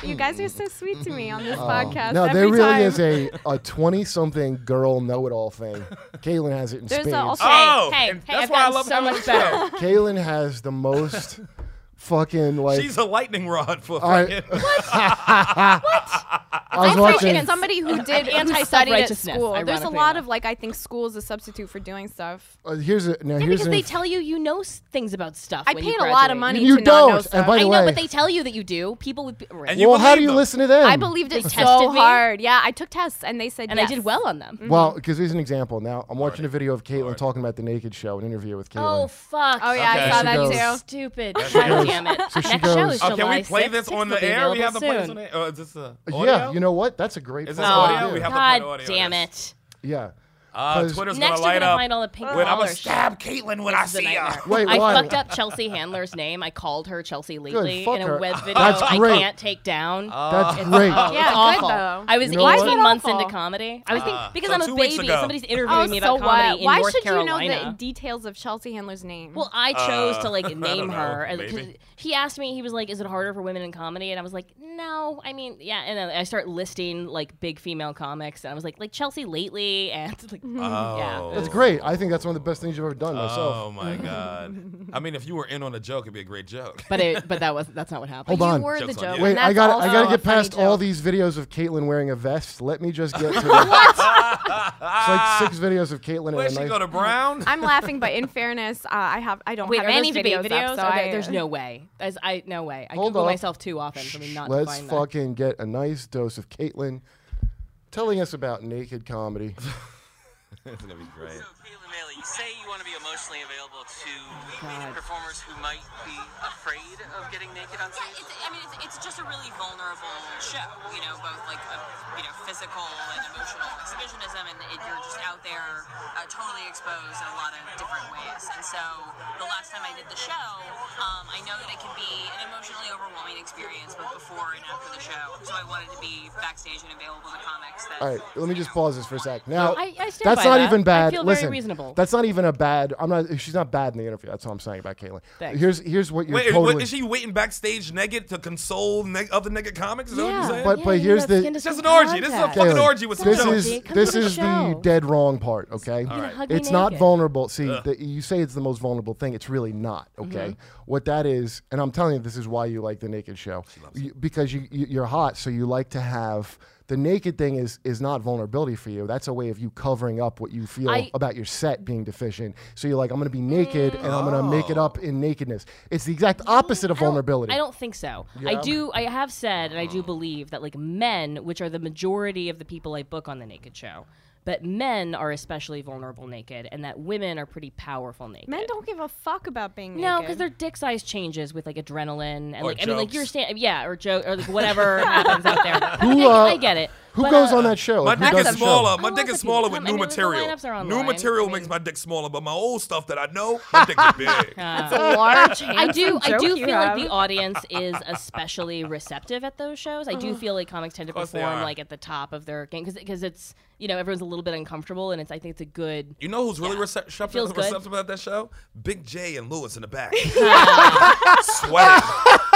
F: you guys are so sweet to me on this podcast.
C: Oh. No,
F: every
C: there really
F: time.
C: is a a twenty something girl know it all thing. Kaylin has it in
F: There's a-
C: spades.
F: also-
D: oh,
G: hey,
D: and
G: hey,
D: that's
G: I've
D: why I
G: gotten
D: love
G: so
D: having
G: much
D: the show.
C: Kaylin has the most fucking like.
D: She's a lightning rod for
C: I-
D: fucking.
C: I was
F: I'm like,
C: watching.
F: somebody who did who studied at
G: anti-self-righteousness,
F: school. There's a
G: ironically
F: lot
G: enough.
F: of like I think school is a substitute for doing stuff.
C: uh, here's a now. here's
G: Yeah, because
C: an
G: they
C: inf-
G: tell you you know s- things about stuff.
F: I
G: when you
F: paid a lot of
G: graduate.
F: money
C: You
F: to not know
C: don't, and
F: stuff.
C: by
G: I
C: the
G: know,
C: way-
G: but they tell you that you do. People would, be,
D: And
G: and,
D: you
C: well, how
D: believe
C: do you
D: them.
C: listen to them?
F: I believed it so
G: tested me?
F: hard. Yeah, I took tests and they said yes.
G: I did well on them.
C: Well, because here's an example. Now I'm watching a video of Caitlyn talking about the Naked Show, an interview with Caitlyn.
G: Oh fuck!
F: Oh yeah,
D: Okay.
F: I saw
D: She
F: that
C: goes-
F: too.
G: Stupid. God damn it.
C: she
G: Next
C: goes-
G: show is
C: Oh,
D: Oh,
G: July
D: can we play
G: 6th.
D: this
G: Tickets
D: on
G: will
D: the
G: be
D: air? We have to
G: available
D: play this
G: soon.
D: on the air. Oh, is this uh, audio?
C: yeah, you know what? That's a great.
D: Is this
C: fucking
D: audio?
C: idea.
D: We have to play the
G: God
D: audio.
G: damn it.
C: Yeah.
D: Uh, Twitter's
G: Next,
D: gonna
G: you're
D: light
G: gonna
D: up.
G: find all the pink
D: when I'm gonna
G: collars.
D: stab Caitlin when I
G: This is a
D: see
G: nightmare.
D: her.
C: Wait,
G: I
C: why?
G: fucked up Chelsea Handler's name. I called her Chelsea Lately
C: fuck
G: in a
C: her.
G: web video
C: That's
G: I
C: great.
G: can't take down.
C: That's great.
G: Oh,
F: Yeah,
G: it's
F: good,
G: awful.
F: though.
G: I was
C: You know what?
G: 18 months
F: Awful.
G: into comedy. I was thinking because
D: Uh, so
G: I'm
D: two
G: a
D: weeks
G: baby.
D: ago.
G: Somebody's interviewing
F: Oh,
G: me
F: so
G: about comedy
F: what?
G: in
F: Why
G: North
F: should
G: Carolina.
F: you know the details of Chelsea Handler's name?
G: Well, I chose to like name
D: Uh, know,
G: her. as- 'cause
D: maybe.
G: He asked me, he was like, "Is it harder for women in comedy?" And I was like, "No, I mean, yeah." And then I start listing like big female comics, and I was like, "Like Chelsea Lately," and like,
D: Oh.
C: That's great. I think that's one of the best things you've ever done myself.
D: Oh my god. I mean, if you were in on a joke, it'd be a great joke.
E: But it, but that was that's not what happened.
C: Hold on.
F: you were the
D: Jokes on
F: joke.
D: you.
C: Wait,
F: and
C: I
F: that's
C: got I
F: also
C: got to
F: a
C: get
F: funny
C: past all
F: joke.
C: these videos of Caitlyn wearing a vest. Let me just get to what? It's like six videos of Caitlyn in
D: Where'd
C: a
D: she
C: nice.
D: go to Brown?
F: I'm laughing, but in fairness, uh, I have I don't
G: wait,
F: have
G: are there any
F: those
G: debate videos?
F: Up, so
G: Are there-
F: I,
G: there's no way. There's, I no way. I
C: Hold
G: Google
C: on.
G: myself too often for me not to
C: Let's
G: find that.
C: fucking get a nice dose of Caitlyn telling us about naked comedy.
D: it's gonna be great.
I: So, Caitlin Bailey, you say you want to be emotionally available to meaning performers who might be afraid of getting naked on stage.
J: Yeah, it's, I mean, it's, it's just a really vulnerable show, you know, both like, a, you know, physical and emotional exhibitionism, and it, you're just out there uh, totally exposed in a lot of different ways. And so the last time I did the show, um, I know that it can be an emotionally overwhelming experience both before and after the show, so I wanted to be backstage and available to comics that,
C: All right, let me
J: you
C: just
J: know,
C: pause this for a sec. Now,
G: I- I stand
C: that's
G: by
C: not
G: that.
C: even
G: I
C: bad.
G: feel very
C: Listen,
G: reasonable.
C: that's not even a bad. I'm not. She's not bad in the interview. That's all I'm saying about Caitlyn.
G: Thanks.
C: Here's here's what you're
D: Wait,
C: totally.
D: what, is she waiting backstage naked to console neg- other naked comics? Is that what you're saying?
C: But- but here's the-
D: It's just an orgy. This is a fucking
C: Caitlyn,
D: orgy with some
C: this
D: jokes.
C: is
G: Come
C: this
G: to the
C: is the
G: show.
C: dead wrong part. Okay,
D: right.
G: hug me
C: it's not
G: naked.
C: vulnerable. See, the, you say it's the most vulnerable thing. It's really not.
G: Mm-hmm.
C: Okay, what that is, and I'm telling you, this is why you like the naked show, You- because you, you you're hot, so you like to have. The naked thing is is not vulnerability for you. That's a way of you covering up what you feel
G: I-
C: about your set being deficient. So you're like, I'm gonna be naked and I'm gonna make
D: Mm.
C: it up in nakedness. It's the exact opposite of
G: I don't-
C: vulnerability.
G: I don't think so. I do. I have said, and I do believe that like men, which are the majority of the people I book on the Naked Show, but men are especially vulnerable naked, and that women are pretty powerful naked.
F: Men don't give a fuck about being
G: No,
F: naked.
G: because their dick size changes with like adrenaline and
D: Or
G: like I mean like you're
D: jokes.
G: stand yeah or joke or like whatever happens out there.
C: Who,
G: I,
C: uh,
G: I get it.
C: Who
G: But,
C: goes
G: uh,
C: on that show?
D: My
C: Like, who
D: dick
C: does
D: is
C: the show?
D: smaller. My
G: Oh,
D: dick
G: lots
D: is
G: of people
D: smaller with
G: come. I
D: new
G: mean, the lineups
D: material.
G: are
D: New
G: online.
D: material
G: I
D: makes
G: mean-
D: my dick smaller, but my old stuff that I know, my dick is big.
F: large.
G: I do. I do
F: you
G: feel like
F: have.
G: the audience is especially receptive at those shows. I do feel like comics tend to
D: course they
G: perform
D: are.
G: like at the top of their game because it's you know everyone's a little bit uncomfortable and it's I think it's a good.
D: You know who's really receptive,
G: Feels good.
D: receptive about that show? Big J and Lewis in the back, sweating,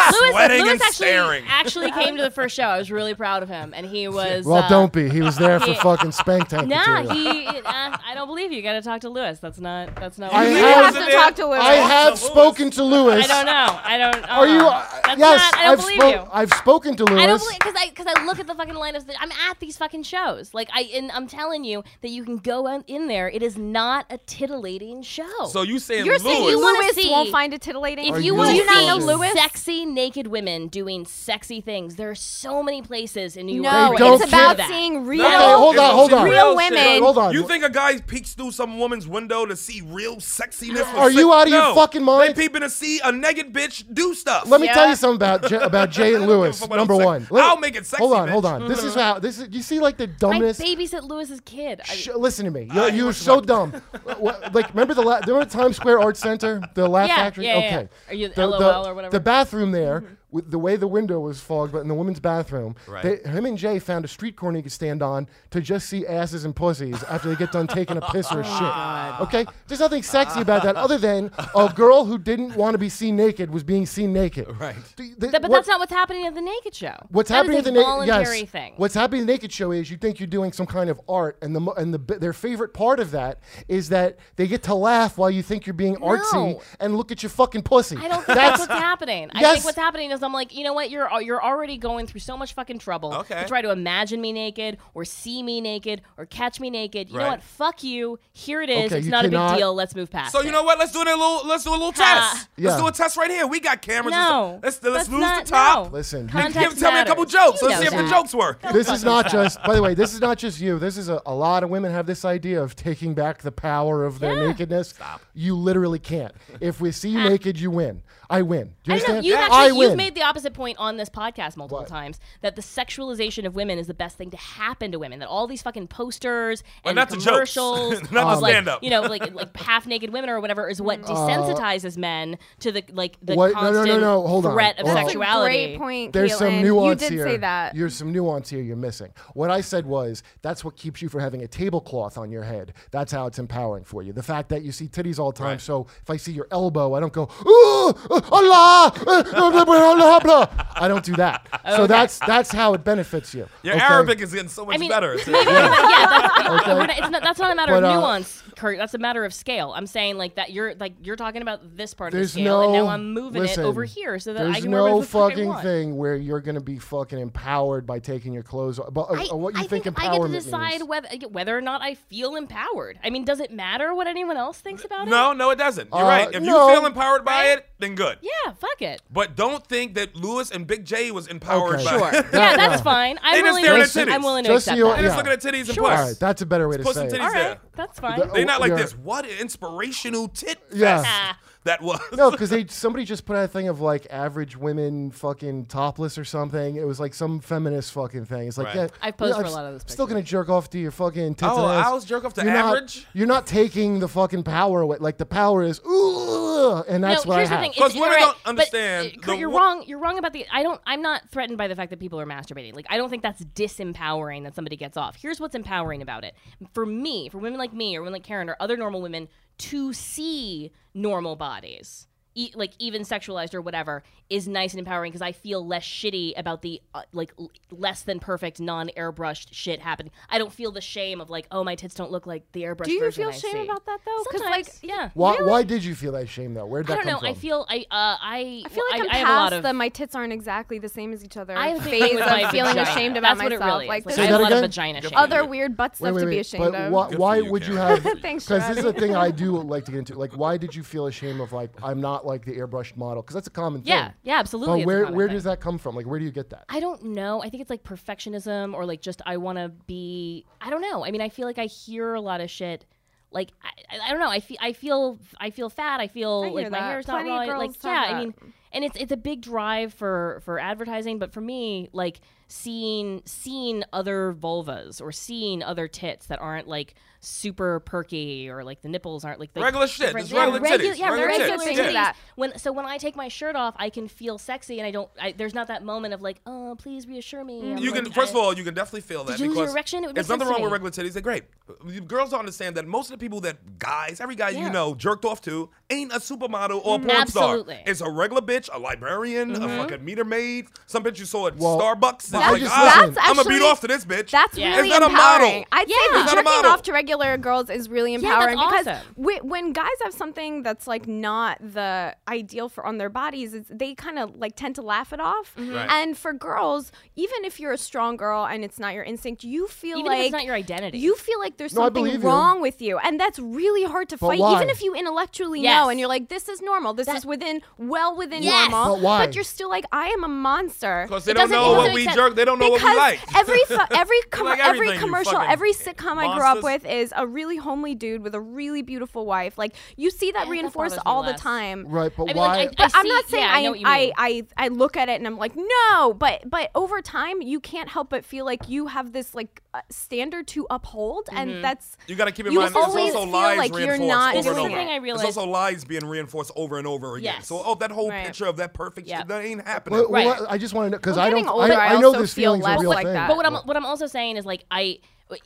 D: sweating
G: Lewis
D: and
G: actually
D: staring.
G: actually came to the first show. I was really proud of him and he was.
C: Well,
G: uh,
C: don't be. He was there for
G: he-
C: fucking spank tank
G: Nah,
C: material.
G: he. Uh, I don't believe you. you Got to talk to Lewis. That's not. That's not.
C: I
G: what
C: am-
G: it is.
F: You have to
D: Wasn't
F: talk
D: it?
F: to Lewis.
C: I have
D: Lewis.
C: spoken to Lewis.
G: I don't know. I don't.
C: Are you? uh,
G: uh-uh. That's
C: yes,
G: not- I don't
C: have
G: believe you.
C: I've spoken to Lewis.
G: I don't believe because I because I look at the fucking lineups. That, I'm at these fucking shows. Like I and I'm telling you that you can go on- in there. It is not a titillating show.
D: So you saying
G: You're
D: Lewis?
G: saying you wanna
F: Lewis
G: see-
F: won't find it titillating.
G: if
C: Are
G: you
C: you
G: want
F: do
G: to
F: you
G: see
F: not know
C: serious?
F: Lewis?
G: sexy naked women doing sexy things. There are so many places in New
F: No,
G: York.
C: don't
F: it's
C: care.
F: about
G: that.
F: seeing real.
D: No,
C: Okay, hold
D: it's
C: on,
D: a
C: hold on.
D: real
F: Real
D: shit.
F: women.
C: Hold on.
D: You think a guy peeks through some woman's window to see real sexiness?
C: Are you out of your
D: No.
C: fucking mind?
D: They peeping to see a naked bitch do stuff.
C: Let me tell
F: Yeah.
C: you something about J- about Jay and
D: I don't give a
C: Lewis.
D: fuck about
C: Number
D: sex-
C: one. Let-
D: I'll make it sexy,
C: Hold on, hold
D: bitch.
C: on. This is how this is. You see, like the
G: I
C: dumbest.
G: babysit Lewis's kid. I-
C: Sh- listen to me. You're, you're so dumb. What- like, remember the la- remember Times Square Arts Center, the Laugh
G: Yeah,
C: Factory.
G: yeah, yeah,
C: okay.
G: yeah. Are you the
C: the,
G: LOL or whatever? Mm-hmm.
C: The bathroom there, with the way the window was fogged, but in the women's bathroom,
D: Right.
C: they, him and Jay found a street corner he could stand on to just see asses and pussies after they get done taking a piss or a shit. Okay. There's nothing sexy about that other than a girl who didn't want to be seen naked was being seen naked.
D: Right.
C: Th- th-
G: Th- but
C: what-
G: that's not what's happening at the Naked Show.
C: What's
G: That is
C: happening
G: a
C: at the na-
G: voluntary
C: yes.
G: thing?
C: What's happening at the naked show is you think you're doing some kind of art, and the mo- and the bi- their favorite part of that is that they get to laugh while you think you're being artsy
G: No.
C: and look at your fucking pussy.
G: I don't think that's, what's happening. I
C: Yes.
G: think what's happening is I'm like, you know what? You're al- you're already going through so much fucking trouble
D: Okay.
G: to try to imagine me naked or see me naked or catch me naked. You know
D: Right.
G: what? Fuck you. Here it is.
C: Okay,
G: it's
C: you
G: not a
C: cannot-
G: big deal. Let's move past.
D: So you
G: it.
D: know what? Let's do a little. Let's do a little test.
C: Yeah.
D: Let's do a test right here. We got cameras. and
G: No.
D: stuff. Let's let's
G: That's
D: lose
G: not-
D: the top.
G: no.
C: Listen, you-
G: Context
D: Give, tell me a couple
G: matters.
D: jokes.
G: You
D: Let's
G: know
D: see if the
G: that.
D: jokes work.
C: this is not just. By the way, this is not just you. This is a, a lot of women have this idea of taking back the power of their nakedness. Stop. You literally can't. If we see you naked, you win. I win. Do you
G: Ah. I know
C: understand?
G: you've
C: I
G: actually
C: win.
G: you've made the opposite point on this podcast multiple
C: What?
G: times that the sexualization of women is the best thing to happen to women. That all these fucking posters and
D: not the jokes.
G: commercials,
D: Not the
G: of, like,
D: stand-up.
G: you know, like like half naked women or whatever, is what desensitizes men to the like the
C: Uh, what- no, no, no,
G: constant
C: no, hold on,
G: threat of
C: hold on. That's a
G: sexuality.
F: Great point,
C: There's
F: Caitlin.
C: some nuance
F: You did
C: here.
F: say that.
C: There's some nuance here you're missing. What I said was that's what keeps you from having a tablecloth on your head. That's how it's empowering for you. The fact that you see titties all the time. So if I see your elbow, I don't go, ooh, uh, Allah, uh, blah, blah, blah, blah." I don't do that. So that's that's how it benefits you.
D: Your
C: okay?
D: Arabic is getting so much
G: mean,
D: better.
G: yeah, that's, we're not, it's not, that's not a matter
C: But,
G: of
C: uh,
G: nuance, Kurt. That's a matter of scale. I'm saying like that. You're like you're talking about this part of the
C: There's
G: scale,
C: no.
G: and now I'm moving
C: listen,
G: it over here so that
C: there's
G: I can wear
C: no
G: whatever the fuck I
C: fucking
G: want.
C: thing where you're gonna be fucking empowered by taking your clothes off. But uh,
G: I,
C: uh, what you
G: I think, I get
C: empowerment
G: to decide
C: means.
G: whether whether or not I feel empowered. I mean, does it matter what anyone else thinks about it?
D: no, no, it doesn't. You're
C: Uh,
D: right. If
C: no.
D: you feel empowered by
G: Right?
D: it, then good.
G: Yeah, fuck it.
D: But don't think that Lewis and Big J was empowered
C: Okay.
D: by
C: Sure.
D: it.
G: yeah, that's fine. I'm
D: just
G: willing.
D: staring
G: To,
D: at titties.
G: I'm willing to
C: Just
G: accept
C: you-
G: that.
D: They're just
C: Yeah.
D: looking at titties and
G: Sure.
D: puss.
C: All right, that's a better way
D: Puss
C: to say
D: and
C: it.
D: titties.
G: All right,
D: there.
G: that's fine.
C: The-
D: They're not like
C: You're-
D: this. What an inspirational tit
C: Yeah.
D: fest that was.
C: No, because they somebody just put out a thing of like average women fucking topless or something. It was like some feminist fucking thing. It's like
D: Right.
C: yeah,
G: I've posed
C: yeah,
G: for
C: I'm
G: a
C: s-
G: lot of those
C: Still gonna jerk off to your fucking tits
D: Oh,
C: and ass.
D: I was jerk off to
C: You're not-
D: average?
C: you're not taking the fucking power away. Like the power is ooh, and that's
G: no,
C: what
G: here's
C: I have.
G: the thing.
D: 'Cause
G: It's-
D: women
G: all
D: don't
G: but,
D: understand
G: uh,
D: the
G: Kurt, you're
D: wo-
G: wrong. You're wrong about the. I don't. I'm not threatened by the fact that people are masturbating. Like I don't think that's disempowering that somebody gets off. Here's what's empowering about it. For me, for women like me or women like Karen or other normal women to see normal bodies. E- like even sexualized or whatever is nice and empowering because I feel less shitty about the uh, like l- less than perfect non airbrushed shit happening. I don't feel the shame of like oh my tits don't look like the airbrushed.
F: Do you
G: version
F: feel
G: I
F: shame
G: see.
F: about that though? Because like,
G: Sometimes, yeah.
C: why, why did you feel that shame though? Where'd
G: I
C: that
G: don't
C: come
G: know.
C: from?
G: I feel I uh I
F: I feel like
G: I,
F: I'm
G: I
F: past
G: have a lot of
F: the my tits aren't exactly the same as each other.
G: I have a big
F: phase
G: thing with my
F: of feeling
G: vagina.
F: ashamed about
G: That's what it
F: myself.
G: really is.
F: Like
G: Like,
F: there's
C: Say
G: I
C: that
G: have a lot
C: again?
G: of vagina shame.
F: other weird butt stuff
C: wait, wait,
F: to be
C: wait.
F: ashamed
C: but
F: of.
C: why,
D: for
C: why
D: you,
C: would you
D: Karen.
C: have?
F: Thanks,
C: Because this is the
F: Shadi.
C: thing I do like to get into. Like, why did you feel ashamed of like I'm not like the airbrushed model? Because that's a common
G: Yeah,
C: thing.
G: yeah, absolutely. it's
C: But
G: a
C: where
G: common
C: where
G: thing.
C: does that come from? Like, where do you get that?
G: I don't know. I think it's like perfectionism or like just I want to be. I don't know. I mean, I feel like I hear a lot of shit. Like I, I- I don't know. I feel I feel I feel fat. I feel
F: I hear
G: like my
F: that.
G: hair's
F: Plenty of
G: not right. Like
F: girls talk
G: yeah.
F: that.
G: I mean, and it's it's a big drive for for advertising. But for me, like seeing seeing other vulvas or seeing other tits that aren't like super perky or like the nipples aren't like the
D: Regular shit.
G: different-
D: Just regular
G: regu-
D: titties.
G: Yeah,
D: Regular
G: regular
F: titties.
G: titties.
F: Yeah.
G: When so when I take my shirt off, I can feel sexy, and I don't. I, there's not that moment of like, oh, please reassure me. I'm
D: You can
G: like,
D: first of
G: I-
D: all, you can definitely feel that
G: Did you lose your
D: because
G: erection? It would make
D: there's nothing
G: sense to
D: wrong with
G: me.
D: regular titties. They're great. You Girls don't understand that most of the people that guys, every guy you
G: Yeah.
D: know, jerked off to ain't a supermodel
F: Mm,
D: or a porn
G: Absolutely.
D: star. It's a regular bitch, a librarian,
F: Mm-hmm.
D: a fucking meter maid, some bitch you saw at
C: Well,
D: Starbucks. It's
C: I
D: like,
C: just
D: ah,
C: listened.
D: I'm gonna beat
F: actually-
D: off to this bitch.
F: That's
G: Yeah.
F: really
D: It's not a model.
F: empowering. I'd
G: Yeah.
F: say
G: It's
F: the
D: not a
F: jerking
D: model.
F: off to regular girls is really
G: that's
F: empowering because
G: awesome.
F: whe- when guys have something that's like not the ideal for on their bodies, it's, they kind of like tend to laugh it off.
G: Mm-hmm.
D: Right.
F: And for girls, even if you're a strong girl and it's not your instinct, you feel
G: Even if
F: like
G: it's not your identity.
F: You feel like there's
C: No, I
F: something
C: believe you.
F: wrong with you, and that's really hard to
C: But
F: fight.
C: why?
F: Even if you intellectually
G: Yes.
F: know and you're like, this is normal. This is within well within normal.
C: But why?
F: But you're still like, I am a monster.
D: Because they
F: It
D: don't
F: doesn't-
D: know
F: it
D: what
F: doesn't
D: we
F: make sense.
D: jerk. They don't know what we
F: Because
D: like.
F: every fu- every com-
D: like everything,
F: every
D: you
F: commercial,
D: fucking
F: every sitcom I grew up
D: monsters.
F: with is a really homely dude with a really beautiful wife. Like you see that
G: that
F: reinforced
G: bothers me
F: all the
G: less.
F: time.
C: Right, but
G: Um, I mean,
C: why?
G: like, I-
F: But I'm
G: see-
F: not saying
G: yeah, I know what you
F: I,
G: mean.
F: I, I, I look at it and I'm like, no, but but over time you can't help but feel like you have this like uh, standard to uphold,
G: Mm-hmm.
F: and that's
D: You got to keep in
F: You
D: mind, there's
F: always
D: also
F: feel
D: lies
F: like you're
D: reinforced
F: not
D: over and
F: doing
D: over.
F: it. Something
G: I realized-
D: There's also lies being reinforced over and over again.
G: Yes.
D: So, oh, that whole
F: Right.
D: picture of that perfect
G: Yeah.
D: shit, that ain't happening.
C: Well,
G: Right.
C: well, I just want to know because
F: Well,
C: I don't.
F: getting older,
C: I,
F: I
C: know
F: also
C: this
F: feel
C: feeling's a
F: less
C: real
F: like
C: thing.
F: that.
G: But what I'm what I'm also saying is like I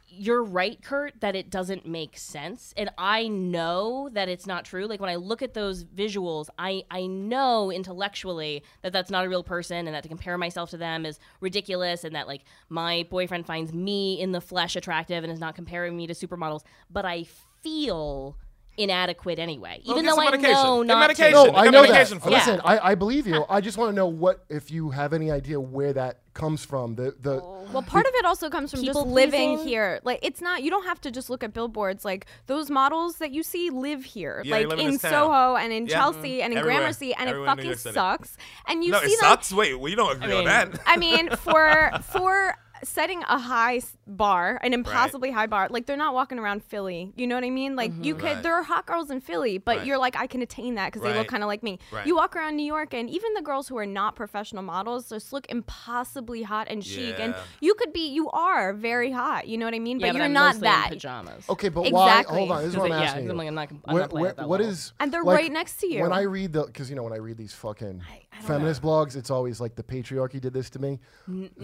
G: you're right, Kurt, that it doesn't make sense, and I know that it's not true. Like when I look at those visuals, I I know intellectually that that's not a real person, and that to compare myself to them is ridiculous, and that like my boyfriend finds me in the flesh attractive and is not comparing me to supermodels, but I feel inadequate anyway,
D: Well,
G: even
D: get
G: though
D: some
G: I
D: medication.
G: know
D: Get
G: not
D: medication.
G: to.
C: No,
D: They
C: I
D: got
C: know
D: medication
C: that.
D: for
C: Listen, I, I believe you. I just want to know what if you have any idea where that comes from. The the
G: Oh.
F: Well, part of it also comes from just
G: People
F: living
G: pleasing?
F: here. Like it's not you don't have to just look at billboards. Like those models that you see live here,
D: Yeah, they
F: like
D: live in
F: in
D: this town.
F: Soho and in
D: Yeah.
F: Chelsea and in
D: Everywhere.
F: Gramercy, and
D: Everywhere in New
F: it fucking
D: York City.
F: sucks. And you
D: no,
F: see
D: it
F: them.
D: sucks. Wait, well, you don't agree
G: mean-
D: on that.
F: I mean, for for setting a high s- bar, an impossibly high bar, like they're not walking around Philly. You know what I mean? Like you could,
D: Mm-hmm. Right.
F: there are hot girls in Philly, but
D: Right.
F: you're like, I can attain that because they
D: Right.
F: look kind of like me.
D: Right.
F: You walk around New York, and even the girls who are not professional models just look impossibly hot and chic. And
D: Yeah.
F: you could be, you are very hot. You know what I mean?
G: Yeah,
F: but,
G: but
F: you're
G: I'm
F: not
G: mostly in
F: that.
G: pajamas.
C: okay, but why?
F: Exactly.
C: Hold on, this is what I'm
G: Because, yeah,
C: asking. you.
G: I'm like, I'm not- I'm not
C: Where-
G: playing
C: where-
G: at that
C: what
G: level.
C: is-
F: And they're
C: like,
F: right next to you.
C: When I read the, because you know when I read these fucking feminist blogs, it's always like the patriarchy did this to me.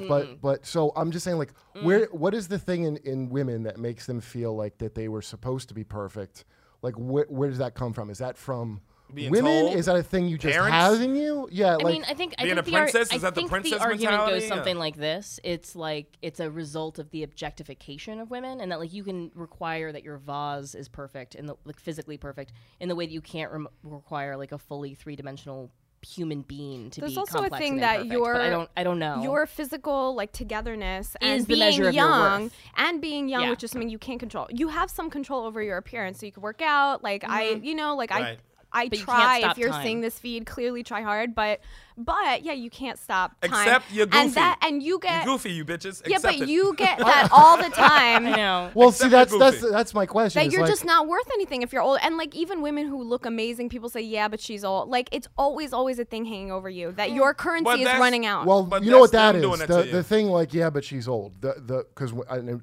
C: But but so I'm just saying like
F: Mm.
C: where what is the thing in in women that makes them feel like that they were supposed to be perfect? Like where where does that come from? Is that from
D: Being
C: women?
D: told?
C: Is that a thing you just
D: Parents?
C: have in you? Yeah,
G: I
C: like
G: mean, I think I
D: being
G: think
D: a
G: the ar-
D: princess?
G: I
D: Is that the
G: think
D: princess
G: the argument
D: mentality?
G: goes
D: Yeah.
G: something like this: It's like it's a result of the objectification of women, and that like you can require that your vase is perfect and the, like physically perfect in the way that you can't rem- require like a fully three dimensional human being to
F: There's
G: be
F: also a
G: complex
F: thing
G: and
F: that
G: imperfect, but I
F: your-
G: don't I don't know
F: your physical like togetherness and
G: Is the
F: being
G: measure of your
F: young
G: worth.
F: and being young
G: Yeah.
F: which is something you can't control you have some control over your appearance so you can work out like i you know like
D: Right.
F: i i
G: Mm-hmm. But you can't
F: try if
G: stop
F: you're
G: time.
F: seeing this feed clearly try hard but but yeah you can't stop time
D: Except you're
F: and
D: goofy.
F: that and you
D: you
F: get
D: goofy, you bitches.
F: yeah
D: Accept
F: but
D: it.
F: you get that all the time
G: I know
C: well, see
D: Except for
C: that's that's
D: Goofy.
C: that's my question.
F: that
C: It's
F: you're
C: like-
F: just not worth anything if you're old. And like even women who look amazing, people say, "Yeah, but she's old." Like it's always, always a thing hanging over you that your currency is
D: Mm. that's-
F: running out.
C: Well,
D: But
C: you know what
D: that's
C: that
D: them
C: is.
D: doing that
C: the,
D: to you.
C: the thing, like, yeah, but she's old. The the because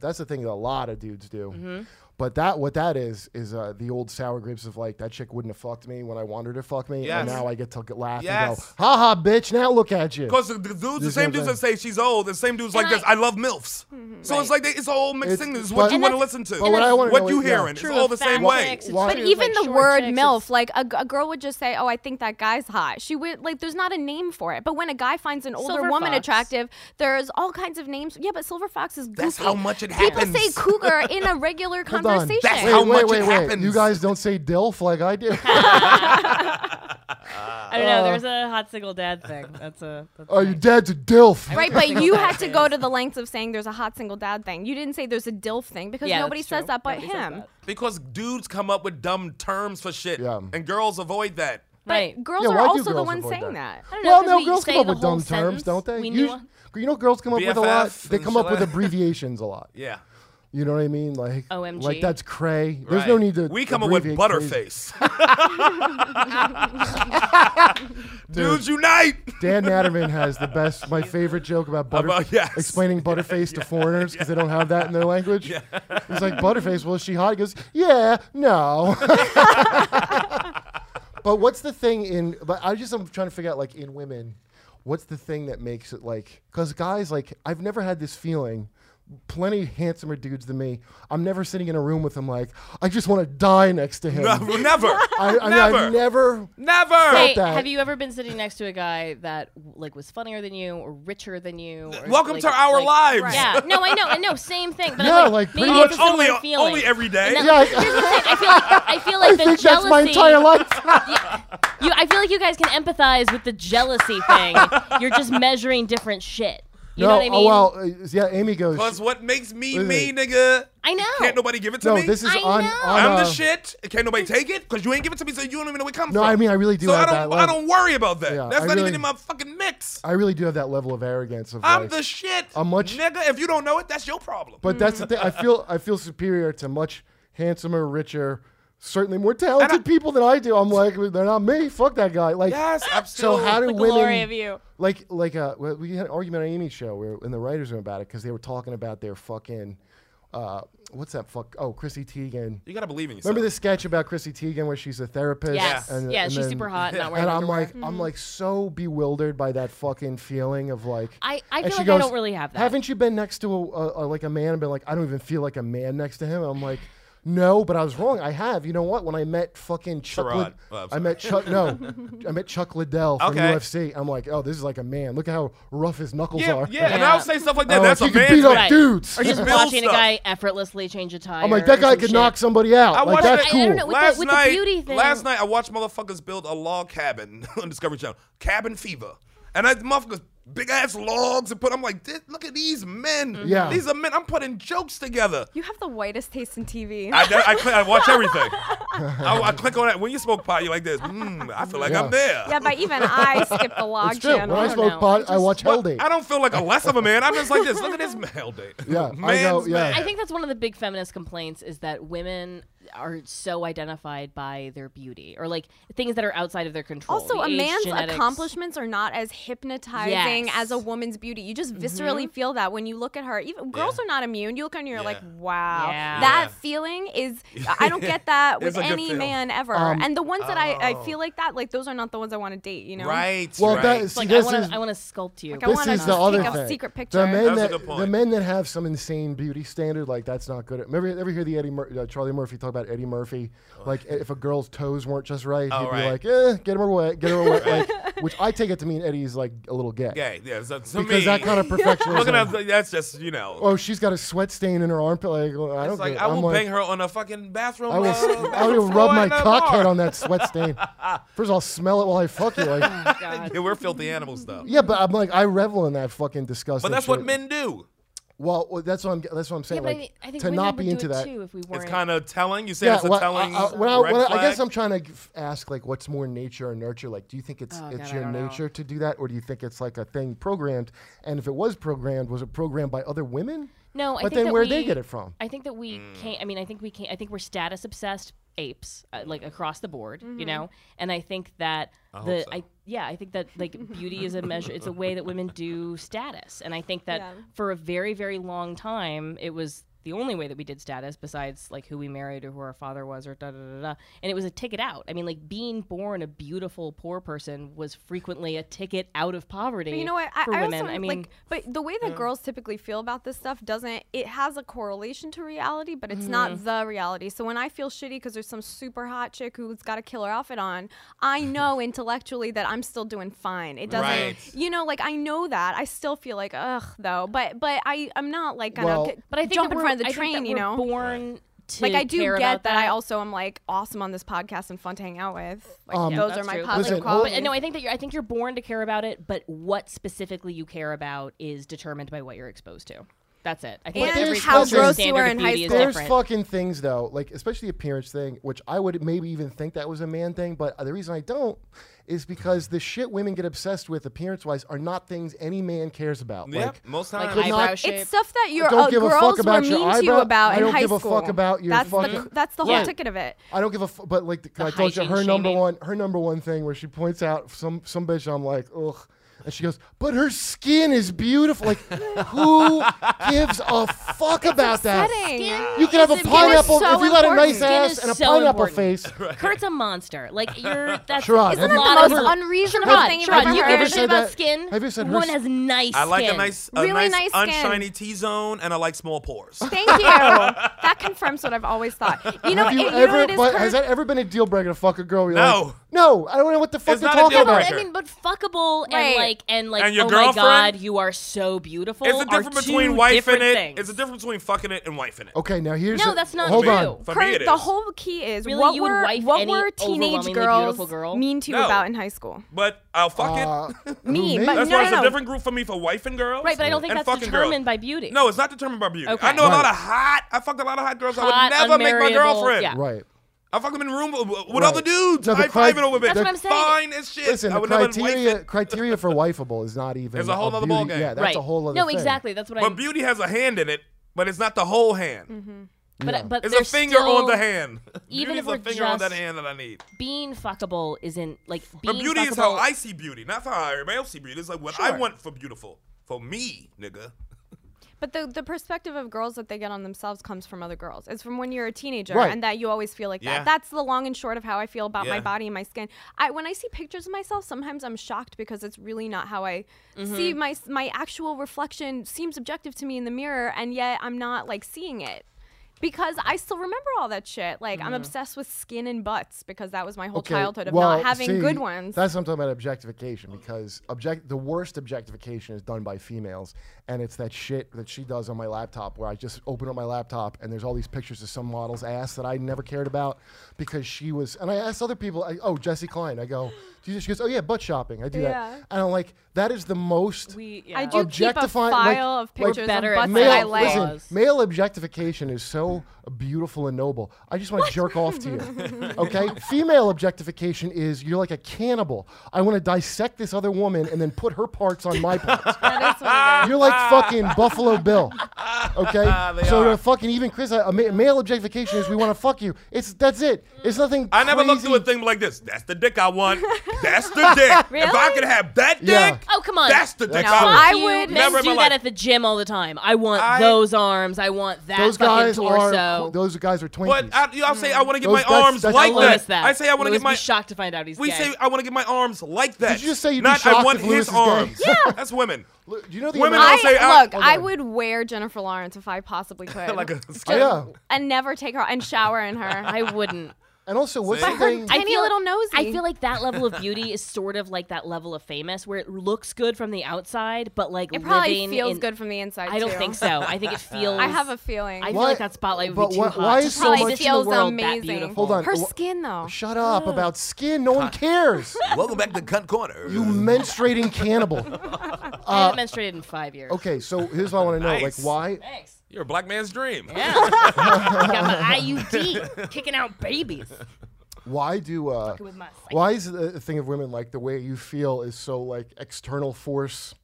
C: that's the thing that a lot of dudes do.
D: Mm-hmm.
C: But that what that is is uh, the old sour grapes of like that chick wouldn't have fucked me when I wanted her to fuck me,
D: Yes.
C: and now I get to g- laugh and
D: Yes.
C: go, ha ha, bitch. Now look at you.
D: Because the, the dudes, the
C: This
D: same
C: is what
D: dudes
C: I'm
D: that say she's old, the same dudes like
G: I-
D: this. I love milfs. So it's like they, it's all mixed
C: It's-
D: thing. This is
C: but-
D: what you
C: And
D: want to
C: that's-
D: listen to.
C: but what I wanna
D: what
C: know
D: you
C: is- yeah.
D: hearing? It's
G: True
D: all
G: of
D: the same
G: fat
D: way.
G: chicks,
C: Why-
G: it's
F: But
G: true of,
F: even
G: like,
F: the
G: short
F: word
G: chicks,
F: MILF,
G: it's-
F: like a, g- a girl would just say, Oh, I think that guy's hot. She would, like, there's not a name for it. But when a guy finds an older
G: Silver
F: woman
G: fox.
F: attractive, there's all kinds of names. Yeah, but Silver Fox is goofy.
D: That's how much it
F: People
D: happens.
F: say cougar in a regular
C: Hold on.
F: conversation.
D: That's
C: wait,
D: how
C: wait,
D: much
C: wait,
D: it
C: wait.
D: happens.
C: You guys don't say dilf like I do.
G: I don't know there's a hot single dad thing that's a that's
C: Are you dad's a dilf?
F: Right, but you had to go to the lengths of saying there's a hot single dad thing. You didn't say there's a DILF thing because
G: Yeah,
F: nobody
G: that's
F: says
G: true.
F: that but
G: Nobody says
F: him.
G: that.
D: Because dudes come up with dumb terms for shit,
C: Yeah.
D: and girls avoid that.
F: But
G: Right.
F: girls
C: Yeah,
F: are
C: why do
F: also the
C: girls
F: ones
C: avoid
F: saying
C: that?
F: that.
G: I don't know,
C: Well,
G: 'cause
C: no,
G: we
C: girls
G: say
C: come up
G: the
C: with
G: whole
C: dumb terms,
G: sentence.
C: don't they?
G: We
C: Usu-
G: knew
C: you know, girls come up with a lot.
D: BFF
C: They
D: and
C: come up
D: shit
C: with
D: like-
C: abbreviations a lot.
D: Yeah.
C: You know what I mean? Like,
G: OMG.
C: like that's cray. There's no
D: Right.
C: need to.
D: We come up with
C: abbreviate crazy.
D: Butterface. Dudes unite!
C: Dan Natterman has the best, my favorite joke about butter,
D: About- yes.
C: explaining Butterface to foreigners because they don't have that in their language. He's like, Butterface, well, is she hot? He goes, yeah, no. but what's the thing in, but I just, I'm trying to figure out, like, in women, what's the thing that makes it like, because guys, like, I've never had this feeling. Plenty handsomer dudes than me. I'm never sitting in a room with them like I just want to die next to him.
D: No, never.
C: I, I,
D: never.
C: I've never
D: never.
G: Hey,
C: that.
G: have you ever been sitting next to a guy that like was funnier than you or richer than you? Or,
D: Welcome
G: like-
D: to our
G: like-
D: lives.
G: Yeah, no, I know, I know, same thing. But
C: Yeah,
G: I'm
C: like,
G: like,
C: pretty
G: maybe
C: much
G: it's a
D: only,
G: similar feeling.
D: only every day.
G: And
C: Yeah, I-
G: I feel like I feel
C: I
G: like the
C: think that's
G: jealousy.
C: my entire life.
G: You, I feel like you guys can empathize with the jealousy thing. You're just measuring different shit. You
C: no,
G: know what I mean?
C: oh, well, uh, yeah, Amy goes.
D: Cause what makes me
C: Listen.
D: me, nigga?
G: I know.
D: Can't nobody give it to
C: no,
D: me.
C: this is
G: I
C: on.
G: know.
C: on
D: I'm the
C: uh,
D: shit. Can't nobody take it because you ain't give it to me, so you don't even know where it comes
C: No,
D: from.
C: I mean, I really do
D: So I
C: have
D: don't.
C: that
D: I
C: level.
D: don't worry about that.
C: Yeah,
D: That's
C: I
D: not
C: really-
D: even in my fucking mix.
C: I really do have that level of arrogance of.
D: I'm
C: like-
D: the shit.
C: I'm much-
D: nigga. If you don't know it, that's your problem.
C: But that's the thing. I feel I feel superior to much handsomer, richer, certainly more talented people than I do. I'm like, they're not me. Fuck that guy. Like,
D: yes, I'm
C: so
D: still.
C: how do
F: the
C: women?
F: glory of you.
C: Like, like uh, we- we had an argument on Amy's show where in the writers' room about it because they were talking about their fucking, uh, what's that fuck? Oh, Chrissy Teigen.
D: you gotta believe in yourself.
C: Remember the sketch about Chrissy Teigen where she's a therapist?
G: Yes.
C: and-
G: yeah,
C: and
G: she's
C: then-
G: super hot. Not wearing
C: And I'm
G: underwear. Mm-hmm.
C: like, I'm like so bewildered by that fucking feeling of like.
G: I- I
C: and
G: feel
C: she
G: like I don't really have that.
C: Haven't you been next to a, a, a- like a man and been like, I don't even feel like a man next to him? I'm like, no, but I was wrong. I have. You know what? When I met fucking Chuck,
D: Sherrod.
C: Lid-
D: Oh, I'm
C: I met Chuck. No, I met Chuck Liddell from
D: Okay.
C: UFC. I'm like, oh, this is like a man. Look at how rough his knuckles
D: yeah,
C: are.
D: yeah, and
G: Yeah.
D: I'll say stuff like that.
C: Oh,
D: that's
C: if
D: a
C: you could
D: man's
C: beat up
D: man.
G: Right.
C: dudes.
G: or just
D: Bill
G: watching
D: stuff.
G: a guy effortlessly change a tire.
C: I'm like, that
G: or
C: guy
G: some
C: could
G: shit.
C: knock somebody out.
D: I
C: like
D: watched
C: that's
D: it-
C: cool.
G: I- I don't know, with the-
D: last
G: with the
D: night,
G: beauty thing.
D: last night I watched motherfuckers build a log cabin on Discovery Channel, cabin fever, and I motherfuckers big ass logs and put. I'm like, "This- look at these men.
C: Mm-hmm. Yeah.
D: these are men. I'm putting jokes together.
F: You have the whitest taste in TV.
D: I, I, click, I watch everything. I, I click on that. When you smoke pot, you're like this. Mm, I feel like
C: Yeah.
D: I'm there.
F: yeah, but even I skip the log
C: It's true. When
F: channel.
C: I
G: don't
C: smoke
G: know.
C: pot, I watch
D: But
C: Hell Day.
D: I don't feel like a less of a man. I'm just like this. Look at this male date.
C: Yeah, I know,
D: Man's
C: yeah.
D: man.
G: I think that's one of the big feminist complaints is that women are so identified by their beauty or like things that are outside of their control.
F: Also,
G: the
F: a
G: age,
F: man's
G: genetics.
F: accomplishments are not as hypnotizing
G: Yes. Mm-hmm.
F: as a woman's beauty. You just viscerally feel that when you look at her. Even girls are not immune. You look at her and you're like,
D: Yeah.
F: wow,
G: Yeah.
F: that
D: Yeah.
F: feeling is. I don't get that
D: It's
F: with
D: a good
F: any
D: feel. Oh.
F: man ever.
G: Um,
F: and the ones that I, I feel like that, like those are not the ones I want to date. You know,
D: Right.
C: Well,
D: right.
C: that is-
G: It's like
C: See,
G: I
C: this
G: want
C: is-
G: to I want to sculpt you.
F: Like, I
C: this
F: wanna
C: is the
F: just
C: other
F: take a
C: thing.
F: secret
C: The
F: picture.
C: men
D: That's a
C: that
D: good point.
C: the men that have some insane beauty standard like that's not good. Remember, ever hear the Eddie Mur- uh, Charlie Murphy talk about Eddie Murphy? Like if a girl's toes weren't just right,
D: Oh,
C: he'd
D: right.
C: be like, "Eh, get him away, get her away." like, which I take it to mean Eddie's like a little gay.
D: gay. Yeah. So, to
C: Because
D: me,
C: that kind of perfectionism.
D: looking at the- that's just you know.
C: oh, she's got a sweat stain in her armpit. Like well, I don't.
D: it's like
C: get it.
D: I will
C: I'm like,
D: bang her on a fucking bathroom.
C: I will, s-
D: uh,
C: I will
D: bathroom
C: rub
D: floor
C: my
D: in a
C: cock
D: bar.
C: head on that sweat stain. First of all, smell it while I fuck you. Like,
D: Yeah, we're filthy animals though.
C: yeah, but I'm like, I revel in that fucking disgusting.
D: But that's
C: shit.
D: what men do.
C: Well, well, that's what I'm. That's what I'm
G: Yeah,
C: saying.
G: but I
C: like,
G: think- I think
C: to
G: women
C: not
G: would
C: be
G: do
C: into
G: it
C: that.
G: too if we
D: It's
G: weren't.
D: kind of telling. You say it's a
C: well,
D: telling.
C: I, I, when I,
D: red
C: when I, I guess
D: flag?
C: I'm trying to g- f- ask, like, what's more nature or nurture? Like, do you think
G: Oh,
C: it's it's your nature to do that, or do you think it's like a thing programmed? And if it was programmed, was it programmed by other women?
G: No, I
C: but
G: think
C: then
G: that
C: where
G: we,
C: they get it from?
G: I think that we can't. I mean, I think we can't. I think we're status obsessed apes, uh, like across the board, you
F: Mm-hmm.
G: know. And I think that the I yeah, I think that like beauty is a measure. It's a way that women do status, and I think that
F: Yeah.
G: for a very very long time, it was the only way that we did status besides like who we married or who our father was or da da da da and it was a ticket out i mean like being born a beautiful poor person was frequently a ticket out of poverty
F: But you know what? I,
G: for
F: I
G: women
F: also
G: i mean
F: like, but the way that girls typically feel about this stuff doesn't. It has a correlation to reality, but it's
G: Mm-hmm.
F: not the reality. So when I feel shitty because there's some super hot chick who's got a killer outfit on, I know intellectually that I'm still doing fine. It doesn't.
D: Right.
F: You know, like I know that. I still feel like ugh though, but but I I'm not like gonna
C: Well-
F: get-
G: But I think
F: jump
G: that
F: in
G: we're-
F: front of
G: I
F: the
G: think
F: train.
G: that
F: You
G: we're
F: know.
G: born to
F: like I do
G: care
F: get
G: about
F: that.
G: that.
F: I also am like awesome on this podcast and fun to hang out with. Like
C: Um,
F: those are
G: that's
F: my
G: true.
F: positive
C: Listen, all-
F: qualities.
G: But, no, I think that you're, I think you're born to care about it, but what specifically you care about is determined by what you're exposed to. That's it. I think
F: And
G: that every
C: how
G: culture's
C: gross you
G: standard
F: were
G: of
F: in
G: beauty
F: high
G: is
F: school.
C: There's
G: different.
C: fucking things though, like especially the appearance thing, which I would maybe even think that was a man thing, but the reason I don't is because the shit women get obsessed with appearance wise are not things any man cares about.
D: Yep.
C: Like,
D: Most
C: I
D: times.
C: could not-
G: Eyebrow shape.
F: It's stuff that your
C: don't
F: uh,
C: give a fuck
F: girls
C: about
F: were
C: your
F: mean to you
C: eyebrow.
F: about
C: I
F: in
C: don't
F: high
C: give a
F: school.
C: fuck about your
F: that's
C: fucking-
F: The, that's the
C: Right.
F: whole ticket of it.
C: I don't give a f- but like the, I told you
G: hygiene
C: her number
G: shaming.
C: one her number one thing where she points out some some bitch I'm like ugh and she goes but her skin is beautiful like who gives a fuck about that
F: upsetting.
C: you can have a
G: Skin is
C: pineapple
F: so
C: if you got a
F: important.
C: nice
G: Skin
C: ass
G: is
C: and a
G: so
C: pineapple
G: important.
C: face
G: Kurt's a monster. Like you're that's
C: Sherrod,
G: it's
C: have
G: a
C: you-
G: lot of
C: Isn't that the
G: people-
C: most
F: unreasonable
G: Sherrod,
F: thing you've
G: Sherrod,
F: ever
G: you
F: heard?
G: give a
F: Have you
G: shit
C: said
G: about
C: that-
G: skin.
C: have you said her
G: woman
C: s-
G: has nice
D: I like
G: skin.
D: a nice, a
F: Really
D: nice,
F: nice skin.
D: unshiny T zone, and I like small pores.
F: Thank you. that confirms what I've always thought. You know,
C: have you
F: it, you know
C: ever
F: what it is,
C: but
F: Kurt?
C: has that ever been a deal breaker to fuck a girl where you're
D: No.
C: like, No, I don't know what the fuck
D: It's
C: they're
D: not a
C: talking
D: deal
C: about.
D: breaker.
G: I mean, but fuckable and
F: Right.
G: like and like
D: And your
G: oh
D: girlfriend?
G: my god, you are so beautiful.
D: It's the
G: are
D: difference
G: two
D: between wife and
G: different
D: it.
G: things.
D: It's the difference between fucking it and wife in it.
C: Okay, now here's
G: No,
C: a-
G: that's not
C: hold
D: For me-
C: on.
D: For me,
F: Kurt,
D: it
F: the
D: is.
F: whole key is
G: Really,
F: what
G: you would
F: were
G: wife
F: what
G: any
F: were teenage
G: overwhelmingly
F: girls
G: beautiful girl?
F: mean to you
D: No.
F: about in high school?
D: But I'll fuck it.
C: Uh,
F: Mean,
C: me?
F: but
D: That's
F: no,
D: why
F: no,
D: it's
F: no.
D: a different group for me for wife and girls.
G: Right, but I don't think
D: and
G: that's
D: fucking girls.
G: determined by beauty.
D: No, it's not determined by beauty. I
G: Okay.
D: know a lot
C: Right.
D: of hot. I fucked a lot of hot girls.
G: Hot,
D: I would never make my
G: unmarriable,
D: girlfriend.
G: yeah.
C: right.
D: I fuck them in room with with
C: Right.
D: other dudes.
C: No, the
D: I
C: cri-
D: five it over bitch.
G: That's what I'm saying.
D: Fine as shit.
C: Listen,
D: I
C: the
D: would never wife
C: criteria
D: it.
C: criteria for wifeable is not even.
D: It's a whole other
C: beauty-
D: ballgame.
C: Yeah, that's
G: right.
C: a whole other.
G: No,
C: thing.
G: exactly. That's what I.
D: But beauty has a hand in it, but it's not the whole hand.
G: But but
D: It's a
G: Mm-hmm. there's
D: finger on
G: still-
D: the hand.
G: even
D: Beauty's
G: if we're
D: a finger on that
G: just-
D: hand that I need.
G: Being fuckable isn't like being.
D: But beauty
G: fuckable,
D: is how I see beauty, not how everybody else see beauty. It's like what I
G: Sure.
D: want for beautiful. For me, nigga.
F: But the, the perspective of girls that they get on themselves comes from other girls. It's from when you're a teenager
C: Right.
F: and that you always feel like
D: Yeah.
F: that. That's the long and short of how I feel about my
D: Yeah.
F: body and my skin. I when I see pictures of myself, sometimes I'm shocked because it's really not how I
C: Mm-hmm.
F: see my my actual reflection seems objective to me in the mirror and yet I'm not like seeing it. Because I still remember all that shit. Like I'm obsessed with skin and butts because that was my whole
C: Mm-hmm. Okay,
F: childhood of
C: well,
F: not having
C: see,
F: good ones.
C: That's what I'm talking about objectification because object the worst objectification is done by females, and it's that shit that she does on my laptop where I just open up my laptop and there's all these pictures of some model's ass that I never cared about because she was. And I asked other people, I, oh Jesse Klein, I go, she goes, oh yeah, butt shopping, I do
F: Yeah.
C: that, and I'm like, that is the most.
G: We,
F: I
G: yeah.
F: do keep a
C: Objectifying,
F: file
C: like-
F: of
C: like- We're
F: pictures of
G: better at
F: butts
G: that.
F: that I
C: Male,
F: like.
G: Laws.
C: listen, male objectification is so beautiful and noble. I just want to jerk off to you. Okay? Female objectification is you're like a cannibal. I want to dissect this other woman and then put her parts on my parts.
F: That is what it is.
C: you're like fucking Buffalo Bill. Okay?
D: They
C: so
D: are.
C: to fucking even Chris, a, a ma- male objectification is we want to fuck you. It's that's it. It's nothing
D: I never looked
C: crazy.
D: through a thing like this. That's the dick I want. That's the dick. If I
F: Really?
D: could have that dick,
C: Yeah.
G: Oh come on.
D: that's the dick I
F: No,
D: want.
F: I
G: You
F: would-
G: men
D: Never in
G: do
D: my
G: that
D: life.
G: at the gym all the time. I want
D: I-
G: those arms. I want that
C: Those
G: fucking
C: guys
G: torso.
C: are those guys are twinkies.
D: But I, y'all say I want to get
C: Those-
D: my
C: that's-
D: arms
C: that's
D: like
C: all it
D: that.
C: is.
D: I say I want to
G: Louis
D: get my.
G: Be shocked to find out he's
D: we
G: gay.
D: say I want to get my arms like that.
C: Did you just say you'd be
D: Not I
C: shocked
D: want
C: if Louis
D: his
C: is gay?
D: arms. That's women.
C: Look, you know the
D: Women
C: amount-
D: don't say
F: I, look,
C: Hold
F: I
C: on.
F: would wear Jennifer Lawrence if I possibly could,
D: like a
C: Oh, yeah.
F: and never take her and shower in her. I,
G: I wouldn't.
C: And also what's
D: See?
C: the thing?
F: Tiny little nosy.
G: I feel like that level of beauty is sort of like that level of famous, where it looks good from the outside, but like
F: it probably
G: living
F: feels
G: in-
F: good from the inside.
G: I don't
F: too.
G: think so. I think it feels.
F: I have a feeling.
G: I
F: It
G: feel like
C: Why-
G: that spotlight would
C: but
G: be too
C: why-
G: hot.
C: why
G: to
C: is so
G: probably
C: much in the
G: feels
F: world that
G: amazing.
F: beautiful.
C: Hold on.
F: Her
C: wh-
F: skin, though.
C: Shut up about skin. No one cares.
D: Welcome back to Cunt Corner.
C: You menstruating cannibal.
G: I haven't menstruated in five years.
C: Uh, Okay, so here's what I want to know.
D: Nice.
C: Like, why?
G: Thanks.
D: You're a black man's dream.
G: Yeah. Got my IUD kicking out babies.
C: Why do? Uh,
G: with my psyche.
C: why is the the thing of women like the way you feel is so like external force?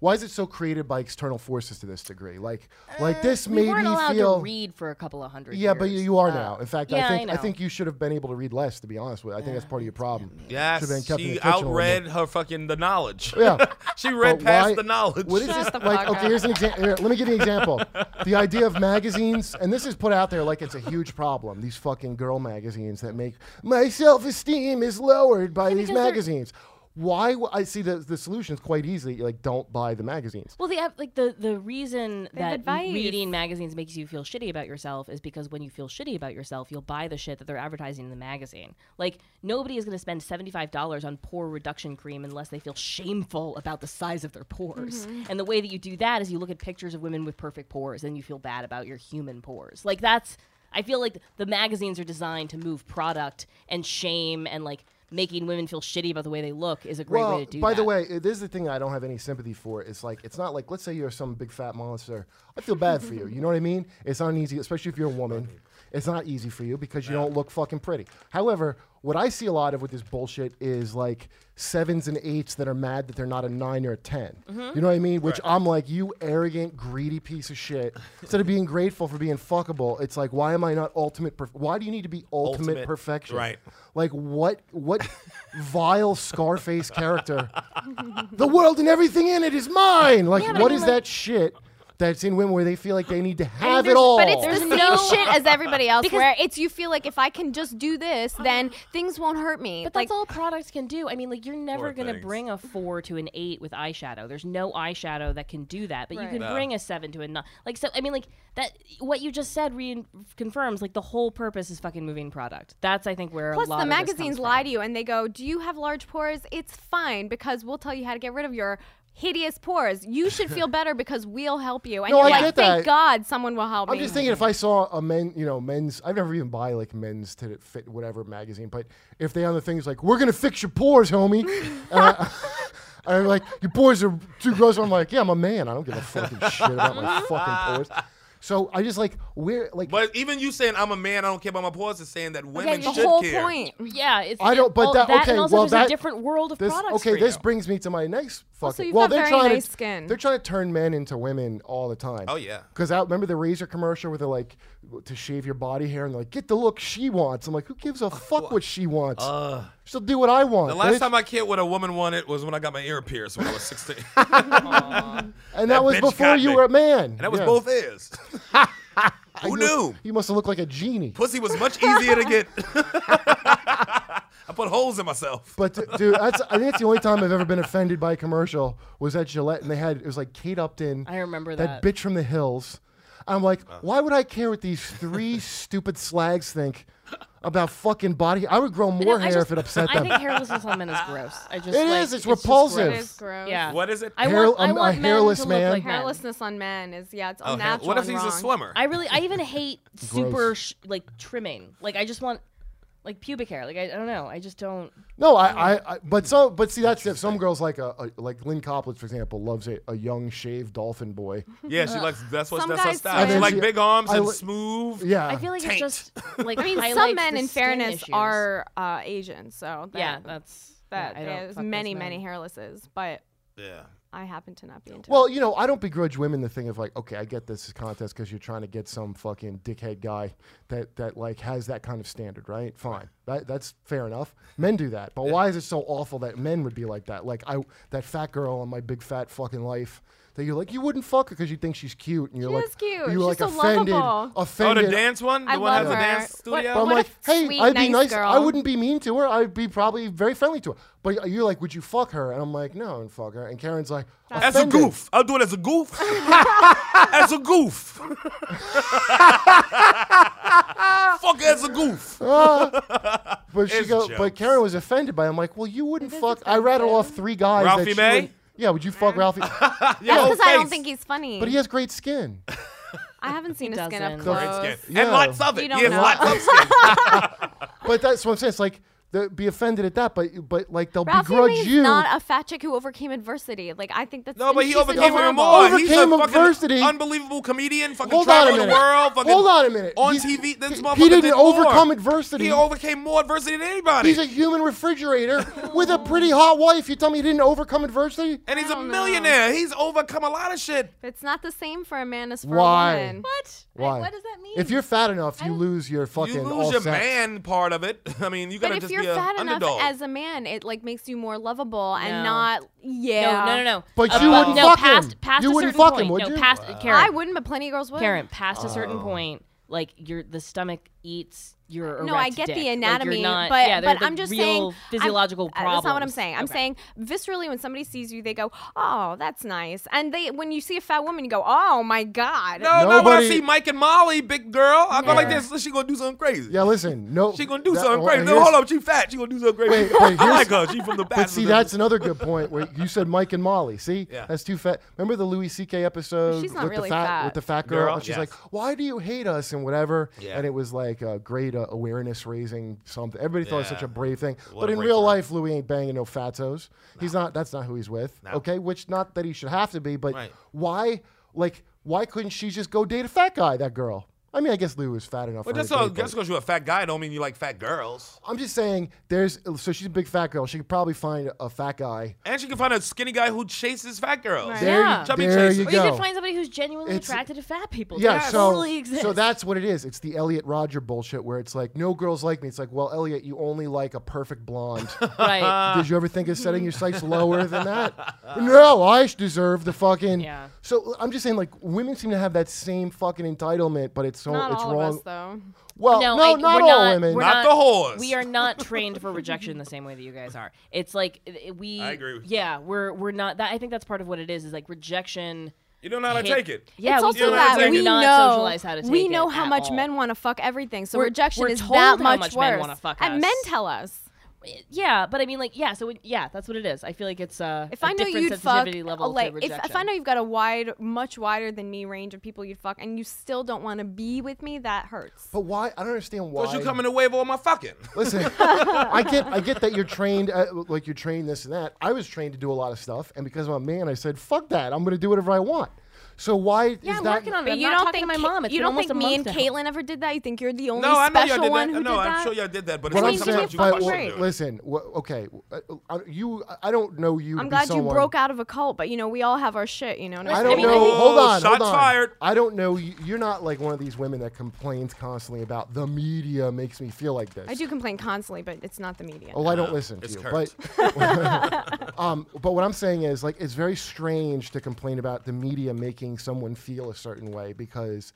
C: Why is it so created by external forces to this degree? Like, like this
G: Uh, We
C: made
G: weren't
C: me
G: allowed
C: feel.
G: to read for a couple of hundred
C: yeah, but you,
G: years.
C: you are
G: Uh,
C: now. In fact,
G: yeah,
C: I think
G: I
C: I,
G: know.
C: think you should have been able to read less. To be honest with, you. I think that's part of your problem. Should have been
D: Yes,
C: kept in
D: she
C: the kitchen a little more.
D: outread her fucking the knowledge.
C: Yeah.
D: she read
C: But
D: past
C: why-
D: the knowledge.
C: What is
F: Shut
C: this?
F: the
C: Like,
F: fuck
C: okay,
F: up.
C: here's an example. Let me give you an example. The idea of magazines, and this is put out there like it's a huge problem. These fucking girl magazines that make my self-esteem is lowered by these magazines. Why? w- I see the the solution is quite easily like don't buy the magazines.
G: Well, the av- like the the reason that
F: advice.
G: reading magazines makes you feel shitty about yourself is because when you feel shitty about yourself, you'll buy the shit that they're advertising in the magazine. Like nobody is going to spend seventy five dollars on pore reduction cream unless they feel shameful about the size of their pores. And the way that you do that is you look at pictures of women with perfect pores and you feel bad about your human pores. Like that's I feel like the magazines are designed to move product and shame and like making women feel shitty about the way they look is a great
C: well,
G: way to do
C: by
G: that.
C: the way, uh, this is the thing I don't have any sympathy for. It's like it's not like let's say you're some big fat monster. I feel bad for you. You know what I mean? It's not easy, especially if you're a woman. It's not easy for you because you don't look fucking pretty. However, what I see a lot of with this bullshit is like sevens and eights that are mad that they're not a nine or a 10
G: Mm-hmm.
C: You know what I mean? Which I'm like, you arrogant, greedy piece of shit. Instead of being grateful for being fuckable, it's like, why am I not ultimate? Perf- why do you need to be ultimate,
D: Ultimate,
C: perfection?
D: right.
C: Like what what vile Scarface character? the world and everything in it is mine. Like
G: Yeah,
C: what
G: but
C: is
G: I mean, like-
C: that shit? that's in women where they feel like they need to have it
F: There's-
C: all.
F: But it's the same
G: no-
F: shit as everybody else.
G: Because-
F: where it's you feel like if I can just do this, then things won't hurt me.
G: But
F: like,
G: that's all products can do. I mean, like you're never
D: Poor
G: going to
D: things.
G: bring a four to an eight with eyeshadow. There's no eyeshadow that can do that. But you
F: Right.
G: can
D: No.
G: bring a seven to a nine. Like so, I mean, like that. What you just said rein- confirms like the whole purpose is fucking moving product. That's I think where
F: Plus,
G: a lot
F: the
G: of this comes
F: magazines
G: from.
F: lie to you and they go, "Do you have large pores? It's fine because we'll tell you how to get rid of your hideous pores. You should feel better because we'll help you." And
C: No,
F: you're
C: I
F: like,
C: get
F: "Thank
C: that.
F: God, someone will help
C: I'm
F: me."
C: just thinking if I saw a men, you know, men's. I've never even buy like men's to fit whatever magazine, but if they on the things like we're gonna fix your pores, homie, and I, I'm like your pores are too gross. I'm like, yeah, I'm a man. I don't give a fucking shit about my
F: Mm-hmm.
C: fucking pores. So I just like we're like
D: But even you saying I'm a man, I don't care about my pores is saying that women
F: That's the
D: should
F: whole
D: care.
F: point.
G: Yeah, it's
C: I don't. But
G: all-
C: that,
G: Oh, that
C: okay.
G: and also
C: well,
G: there's
C: that
G: a different world of
C: this,
G: products.
C: Okay,
G: for
C: this
G: you.
C: brings me to my next fucking.
F: you've
C: well,
F: got
C: they're
F: very
C: trying
F: nice
C: to,
F: skin.
C: They're trying to turn men into women all the time.
D: Oh, yeah.
C: Because I remember the razor commercial where they're like, to shave your body hair and they're like, get the look she wants. I'm like, who gives a fuck what she wants? She'll do what I want.
D: Uh. The
C: bitch.
D: last time I cared what a woman wanted was when I got my ear pierced when I was 16.
C: and that,
D: that
C: was
D: bitch
C: before
D: got
C: you
D: me.
C: were a man.
D: And that was
C: Yeah.
D: both ears. Who knew?
C: You must have looked like a genie.
D: Pussy was much easier to get. I put holes in myself.
C: But d- dude, that's I think that's the only time I've ever been offended by a commercial was at Gillette, and they had it was like Kate Upton.
G: I remember that.
C: bitch from the hills. I'm like, why would I care what these three stupid slags think about fucking body? I would grow more
G: I
C: hair
G: just-
C: if it upset
G: I
C: them.
G: think hairlessness on men is gross. I just
C: It
G: like,
C: is, it's
G: just
C: repulsive.
F: It
G: gross.
F: is gross.
G: Yeah.
D: What is it?
G: I
C: Hair-
G: want, I
C: um, a
G: want men
C: hairless
G: to
C: man?
G: look like men.
F: Hairlessness on men is yeah, it's
D: Oh,
F: all
D: hell.
F: natural.
D: what if
F: and
D: he's a
F: wrong.
D: swimmer?
G: I really, I even hate super sh- like trimming. Like I just want like pubic hair. Like I, I don't know. I just don't.
C: no, I, I, I, but some, but see, that's it. Some girls like a, a like Lynn Coplitz, for example, loves a, a young shaved dolphin boy.
D: yeah, she likes that's what
F: Uh, Some
D: that's her
F: guys
D: style.
F: say-
D: She like
C: I-
D: big arms
C: I
D: and
C: li-
D: smooth.
C: Yeah,
G: I feel like
D: Taint.
G: it's just like I
F: I mean, some men, in fairness, are uh, Asian, so that,
G: yeah. That's
F: that
G: yeah, I don't
F: there's
G: fuck those
F: many,
G: men.
F: many hairlesses, but
D: Yeah.
F: I happen to not be into.
C: Well, you know, I don't begrudge women the thing of like, okay, I get this contest because you're trying to get some fucking dickhead guy that that like has that kind of standard, right? Fine, that, that's fair enough. Men do that, but why is it so awful that men would be like that? Like I, that fat girl on my big fat fucking life. That you're like you wouldn't fuck her because you think she's cute and you're
F: She
C: like
F: is cute.
C: you're
F: She's
C: like
F: so
C: offended,
F: lovable.
D: Oh,
C: offended.
D: the dance one? The
F: I
D: one that has
F: love
D: a
F: her.
D: dance studio?
C: But I'm
F: What
C: like,
F: a
C: hey,
F: sweet,
C: I'd be nice.
F: nice
C: I
F: girl."
C: wouldn't be mean to her. I'd be probably very friendly to her. But you're like, would you fuck her? And I'm like, no, and fuck her. And Karen's like,
D: As a
C: offended.
D: goof. I'll do it as a goof. as a goof. Fuck as a goof.
C: But she
D: It's
C: go, but
D: jokes.
C: Karen was offended by. It. I'm like, well, you wouldn't fuck. I rattled off three guys.
D: Ralphie
C: that she
D: May?
C: Would, yeah, would you fuck Ralphie?
D: Yellow
F: Because I don't
D: face.
F: think he's funny.
C: but he has great skin.
F: I haven't seen his skin up
G: doesn't.
F: close.
D: Great skin.
C: Yeah.
D: And lots of
F: You
D: it.
F: don't
D: He has
F: know.
D: lots of skin.
C: But that's what I'm saying. It's like the, be offended at that, but but like they'll
F: Ralphie
C: begrudge
F: Mae's
C: you.
F: not a fat chick who overcame adversity. Like I think that's
D: No, but
F: and
D: he
F: she's
D: overcame it
F: adorable.
D: more. He's a
C: Overcame
D: fucking
C: adversity.
D: unbelievable comedian. Fucking
C: Hold on a
D: traveling the
C: minute.
D: world. Fucking
C: Hold on a minute.
D: On
C: He's-
D: TV, this
C: he-
D: motherfucker
C: he didn't
D: did more.
C: overcome adversity.
D: He overcame more adversity than anybody.
C: He's a human refrigerator with a pretty hot wife. You tell me he didn't overcome adversity?
D: and he's
F: I
D: a
F: don't know.
D: millionaire. He's overcome a lot of shit.
F: It's not the same for a man as for
C: Why?
F: a woman.
G: What?
C: Why?
F: what does that mean?
C: If you're fat enough, you lose your fucking.
D: You
C: all
D: lose your
C: sex.
D: man part of it. I mean, you
F: But
D: gotta
F: if
D: just
F: you're
D: be a
F: fat enough
D: underdog.
F: as a man, it like makes you more lovable
G: No.
F: and not yeah.
G: No, no, no, no.
C: But
G: Uh,
C: you wouldn't
G: no,
C: fuck him.
G: past, Past
C: You
G: a
C: wouldn't
G: certain
C: fuck him,
G: point.
C: would
G: no,
C: you? Oh.
G: Past Karen.
F: I wouldn't, but plenty of girls would.
G: Karen, past a certain point, like your the stomach eats your.
F: No, I
G: erect
F: get
G: dick. Like,
F: the
G: you're
F: anatomy,
G: not-
F: but
G: yeah, they're
F: but
G: the
F: I'm just
G: real
F: saying I'm-
G: physiological
F: uh,
G: problems.
F: That's not what I'm saying. I'm
G: Okay.
F: saying viscerally when somebody sees you, they go, "Oh, that's nice," and they when you see a fat woman, you go, "Oh my god."
D: no, no, when I
C: Nobody-
D: see Mike and Molly, big girl, I go like this. She gonna do something crazy.
C: Yeah, listen. No.
D: She gonna do
C: that-
D: something
C: well,
D: crazy. No,
C: here's-
D: hold up, Oh she fat. She gonna do something crazy.
C: Wait, wait,
D: I
C: here's-
D: like her. She from the
C: But
D: bachelor.
C: see, that's another good point where you said Mike and Molly. See,
D: Yeah.
C: that's too fat. Remember the Louis C.K. episode
F: She's not
C: with
F: really
C: the fat,
F: fat.
C: with the fat girl,
D: Girl,
C: and she's
D: yes.
C: like, "Why do you hate us?" and whatever.
D: Yeah.
C: And it was like a great uh, awareness raising something. Everybody thought it was
D: Yeah.
C: such a brave thing,
D: What
C: but
D: a
C: in real
D: breakthrough.
C: life, Louis ain't banging no fatos. He's not. That's not who he's with. Okay, which not that he should have to be, but
D: Right.
C: why? Like, why couldn't she just go date a fat guy? That girl. I mean, I guess Lou is fat enough.
D: But
C: for her
D: just
C: to
D: so-
C: date,
D: just because you're a fat guy don't mean you like fat girls.
C: I'm just saying, there's so she's a big fat girl. She could probably find a fat guy.
D: And she can find a skinny guy who chases fat girls.
F: Right.
C: There,
G: Yeah.
C: you,
D: Chubby
C: there
D: chaser.
C: you
G: Or
C: go.
G: you could find somebody who's genuinely
C: It's-
G: attracted to fat people.
C: yeah,
G: That
C: so
G: totally exists.
C: so that's what it is. It's the Elliot Roger bullshit where it's like no girls like me. It's like, well, Elliot, you only like a perfect blonde.
G: right.
C: Did you ever think of setting your sights lower than that? No, I sh- deserve the fucking.
G: Yeah.
C: So I'm just saying, like, women seem to have that same fucking entitlement, but it's so
F: Not
C: it's
F: all
C: wrong.
F: of us though.
C: Well,
G: No,
C: no,
G: like,
C: not
G: we're
C: all
G: not-
C: women.
G: we're
D: Not the whores.
G: We are not trained for rejection the same way that you guys are. It's like i- i- we.
D: I agree with you.
G: Yeah, we're we're not. That, I think that's part of what it is. Is like rejection.
D: You don't know how to
G: hit-
D: take it.
G: Yeah,
F: it's
G: we
F: also
D: don't
G: have
F: that
D: take
G: to
D: it.
F: we
G: not
F: know
G: socialize how to
F: we
G: take
F: know
G: it
F: how
G: at
F: much
G: all.
F: men want to fuck everything, so
G: We're-
F: rejection
G: we're
F: is
G: told
F: that
G: how
F: much,
G: much
F: worse.
G: men wanna fuck
F: and
G: us.
F: men tell us.
G: Yeah, but I mean, like, yeah. So it, yeah, that's what it is. I feel like it's uh,
F: If
G: a
F: I know
G: different
F: you'd fuck,
G: sensitivity level to
F: like if,
G: rejection.
F: if I know you've got a wide, much wider than me range of people you'd fuck, and you still don't want to be with me, that hurts.
C: but why? I don't understand why.
D: Because you coming to wave all my fucking.
C: Listen, I get I get that you're trained uh like you're trained this and that. I was trained to do a lot of stuff, and because I'm a man, I said fuck that. I'm going to do whatever I want. So why
G: yeah,
C: is
G: I'm
C: that?
G: working on it.
F: But
G: I'm
F: you
G: not
F: don't
G: talking
F: think
G: to my
F: Ka-
G: mom. It's
F: you
G: been
F: don't think
G: almost a
F: me and
G: month now.
F: Caitlin ever did that? You think you're the only
D: No, I know y'all
F: special
D: did
F: one
D: that.
F: who
D: No,
F: did
D: I'm
F: that?
D: sure y'all did that. But
C: What I'm
D: it's like
F: Between
C: saying,
D: sometimes
F: you
D: you
F: fucking
C: but
D: question
F: fuck
C: w-
F: right.
D: it.
C: listen, wh- okay, uh, uh, you. I don't know you. to
F: I'm
C: be
F: glad you
C: someone-
F: broke out of a cult, but you know we all have our shit. You know, what I'm
C: I
F: saying?
C: don't
D: mean,
C: know.
D: Whoa,
C: hold on.
D: shots
C: hold on.
D: fired.
C: I don't know. You- You're not like one of these women that complains constantly about the media makes me feel like this.
F: I do complain constantly, but it's not the media.
C: Oh, I don't listen to
D: it's
C: you.
D: Kurt.
C: But um, but what I'm saying is like it's very strange to complain about the media making someone feel a certain way because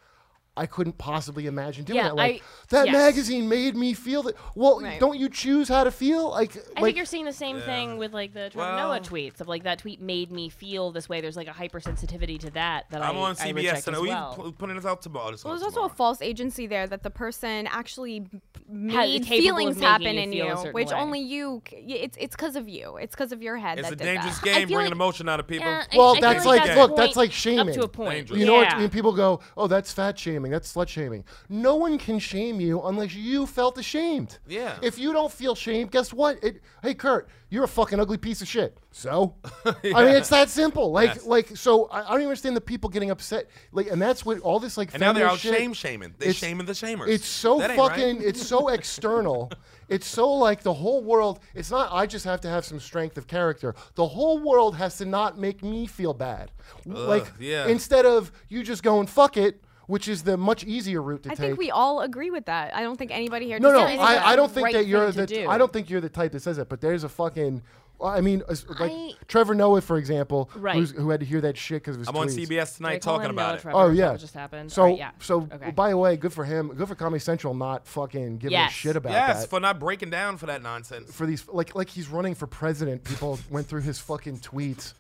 C: I couldn't possibly imagine doing
G: Yeah,
C: that. Like
G: I-
C: that
G: yes.
C: magazine made me feel that. Well,
F: Right.
C: don't you choose how to feel? Like,
G: I
C: like
G: think you're seeing the same thing with like the Trevor
D: Well-
G: Noah tweets of like that tweet made me feel this way. There's like a hypersensitivity to that that
D: I'm
G: I-
D: on
G: I
D: CBS
G: reject as
D: tonight. We
G: well.
D: pu- putting this out tomorrow. This
F: Well,
D: goes
F: there's also
D: tomorrow.
F: a false agency there that the person actually b-
G: Ha-
F: made
G: capable of
F: feelings
G: making
F: happen
G: you
F: in
G: feel a
F: you,
G: certain
F: which
G: way.
F: only you. c- y- It's it's because of you. It's because of your head.
D: It's
F: that
D: a
F: did
D: dangerous
F: that.
D: game,
G: feel
D: bringing
G: like-
D: emotion out of people.
G: Yeah, I-
C: Well,
G: I
C: that's
G: feel
D: like-
G: a
D: look,
C: that's
G: point-
C: like
G: Up
C: shaming.
G: to a point.
D: Dangerous.
C: You know what?
G: Yeah.
C: I mean, people go, "Oh, that's fat shaming. That's slut shaming." No one can shame you unless you felt ashamed.
D: Yeah.
C: If you don't feel shame, guess what? It, hey, Kurt, you're a fucking ugly piece of shit. So, I mean, it's that simple. Like,
D: Yes.
C: like, so I, I don't understand the people getting upset. Like, and that's what all this like.
D: And now they're out
C: feminist shit-
D: shame shaming. They're
C: It's-
D: shaming the shamers.
C: It's so
D: That ain't right.
C: fucking. It's so external. It's so like the whole world. It's not. I just have to have some strength of character. The whole world has to not make me feel bad. like
D: yeah.
C: instead of you just going fuck it, which is the much easier route to
F: I
C: take.
F: think we all agree with that. I don't think anybody here.
C: no, no.
F: disagrees.
C: I, I don't
G: the
C: think
G: right
C: that you're
G: thing
C: the.
G: to do.
C: I don't think you're the type that says it. But there's a fucking. I mean, as- like
G: I-
C: Trevor Noah, for example,
G: Right.
C: who's, who had to hear that shit because of his
D: I'm on
C: tweets.
D: CBS
G: They
D: tonight
G: call
D: talking
G: him
D: about
G: Noah
D: it.
G: Trevor.
C: Oh
G: That's
C: yeah,
G: what just happened.
C: So
G: All right, yeah.
C: so
G: Okay.
C: by the way, good for him. Good for Comedy Central not fucking giving
G: Yes.
C: a shit about
D: Yes,
C: that.
D: for not breaking down for that nonsense.
C: for these like like he's running for president. People went through his fucking tweets.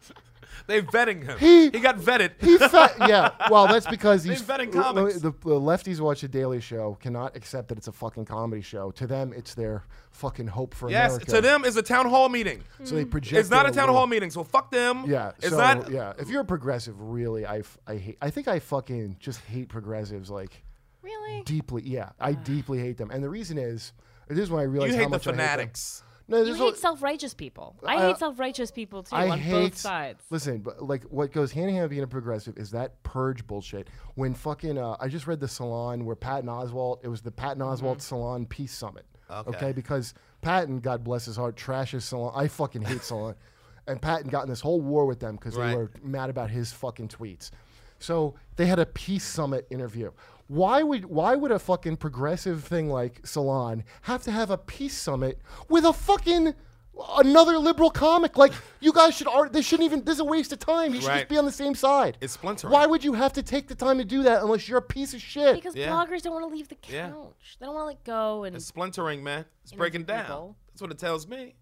D: They vetting him.
C: He-
D: he got vetted.
C: He fa- yeah. Well, that's because he's
D: They're vetting
C: l- l-
D: comics.
C: The, the lefties watch the Daily Show cannot accept that it's a fucking comedy show. To them, it's their fucking hope for
D: yes,
C: America.
D: to them it's a town hall meeting.
C: so they project.
D: It's not
C: it
D: a town
C: little-
D: hall meeting, so fuck them.
C: Yeah,
D: it's
C: so
D: not.
C: yeah. If you're a progressive, really, I, f- I hate. I think I fucking just hate progressives. Like
G: Really?
C: deeply, yeah, I deeply hate them. And the reason is, this is when I
D: You
C: realized how
D: hate the
C: much I hate them.
D: fanatics.
C: No, this
G: You
C: is what-
G: hate self-righteous people. I
C: Uh,
G: hate self-righteous people too on both sides.
C: Listen, but like what goes hand in hand with being a progressive is that purge bullshit. When fucking, uh, I just read the salon where Patton Oswalt. It was the Patton
G: Mm-hmm.
C: Oswalt Salon Peace Summit.
D: Okay.
C: because Patton, God bless his heart, trashes salon. I fucking hate salon, and Patton got in this whole war with them because
D: Right.
C: they were mad about his fucking tweets. So they had a peace summit interview. Why would why would a fucking progressive thing like Salon have to have a peace summit with a fucking another liberal comic? Like you guys should art. They shouldn't even. This is a waste of time. You should
D: Right.
C: just be on the same side.
D: It's splintering.
C: Why would you have to take the time to do that unless you're a piece of shit?
G: Because
D: Yeah.
G: bloggers don't want to leave the couch.
D: Yeah.
G: They don't want to like go and.
D: It's splintering, man. It's breaking down.
G: people.
D: That's what it tells me.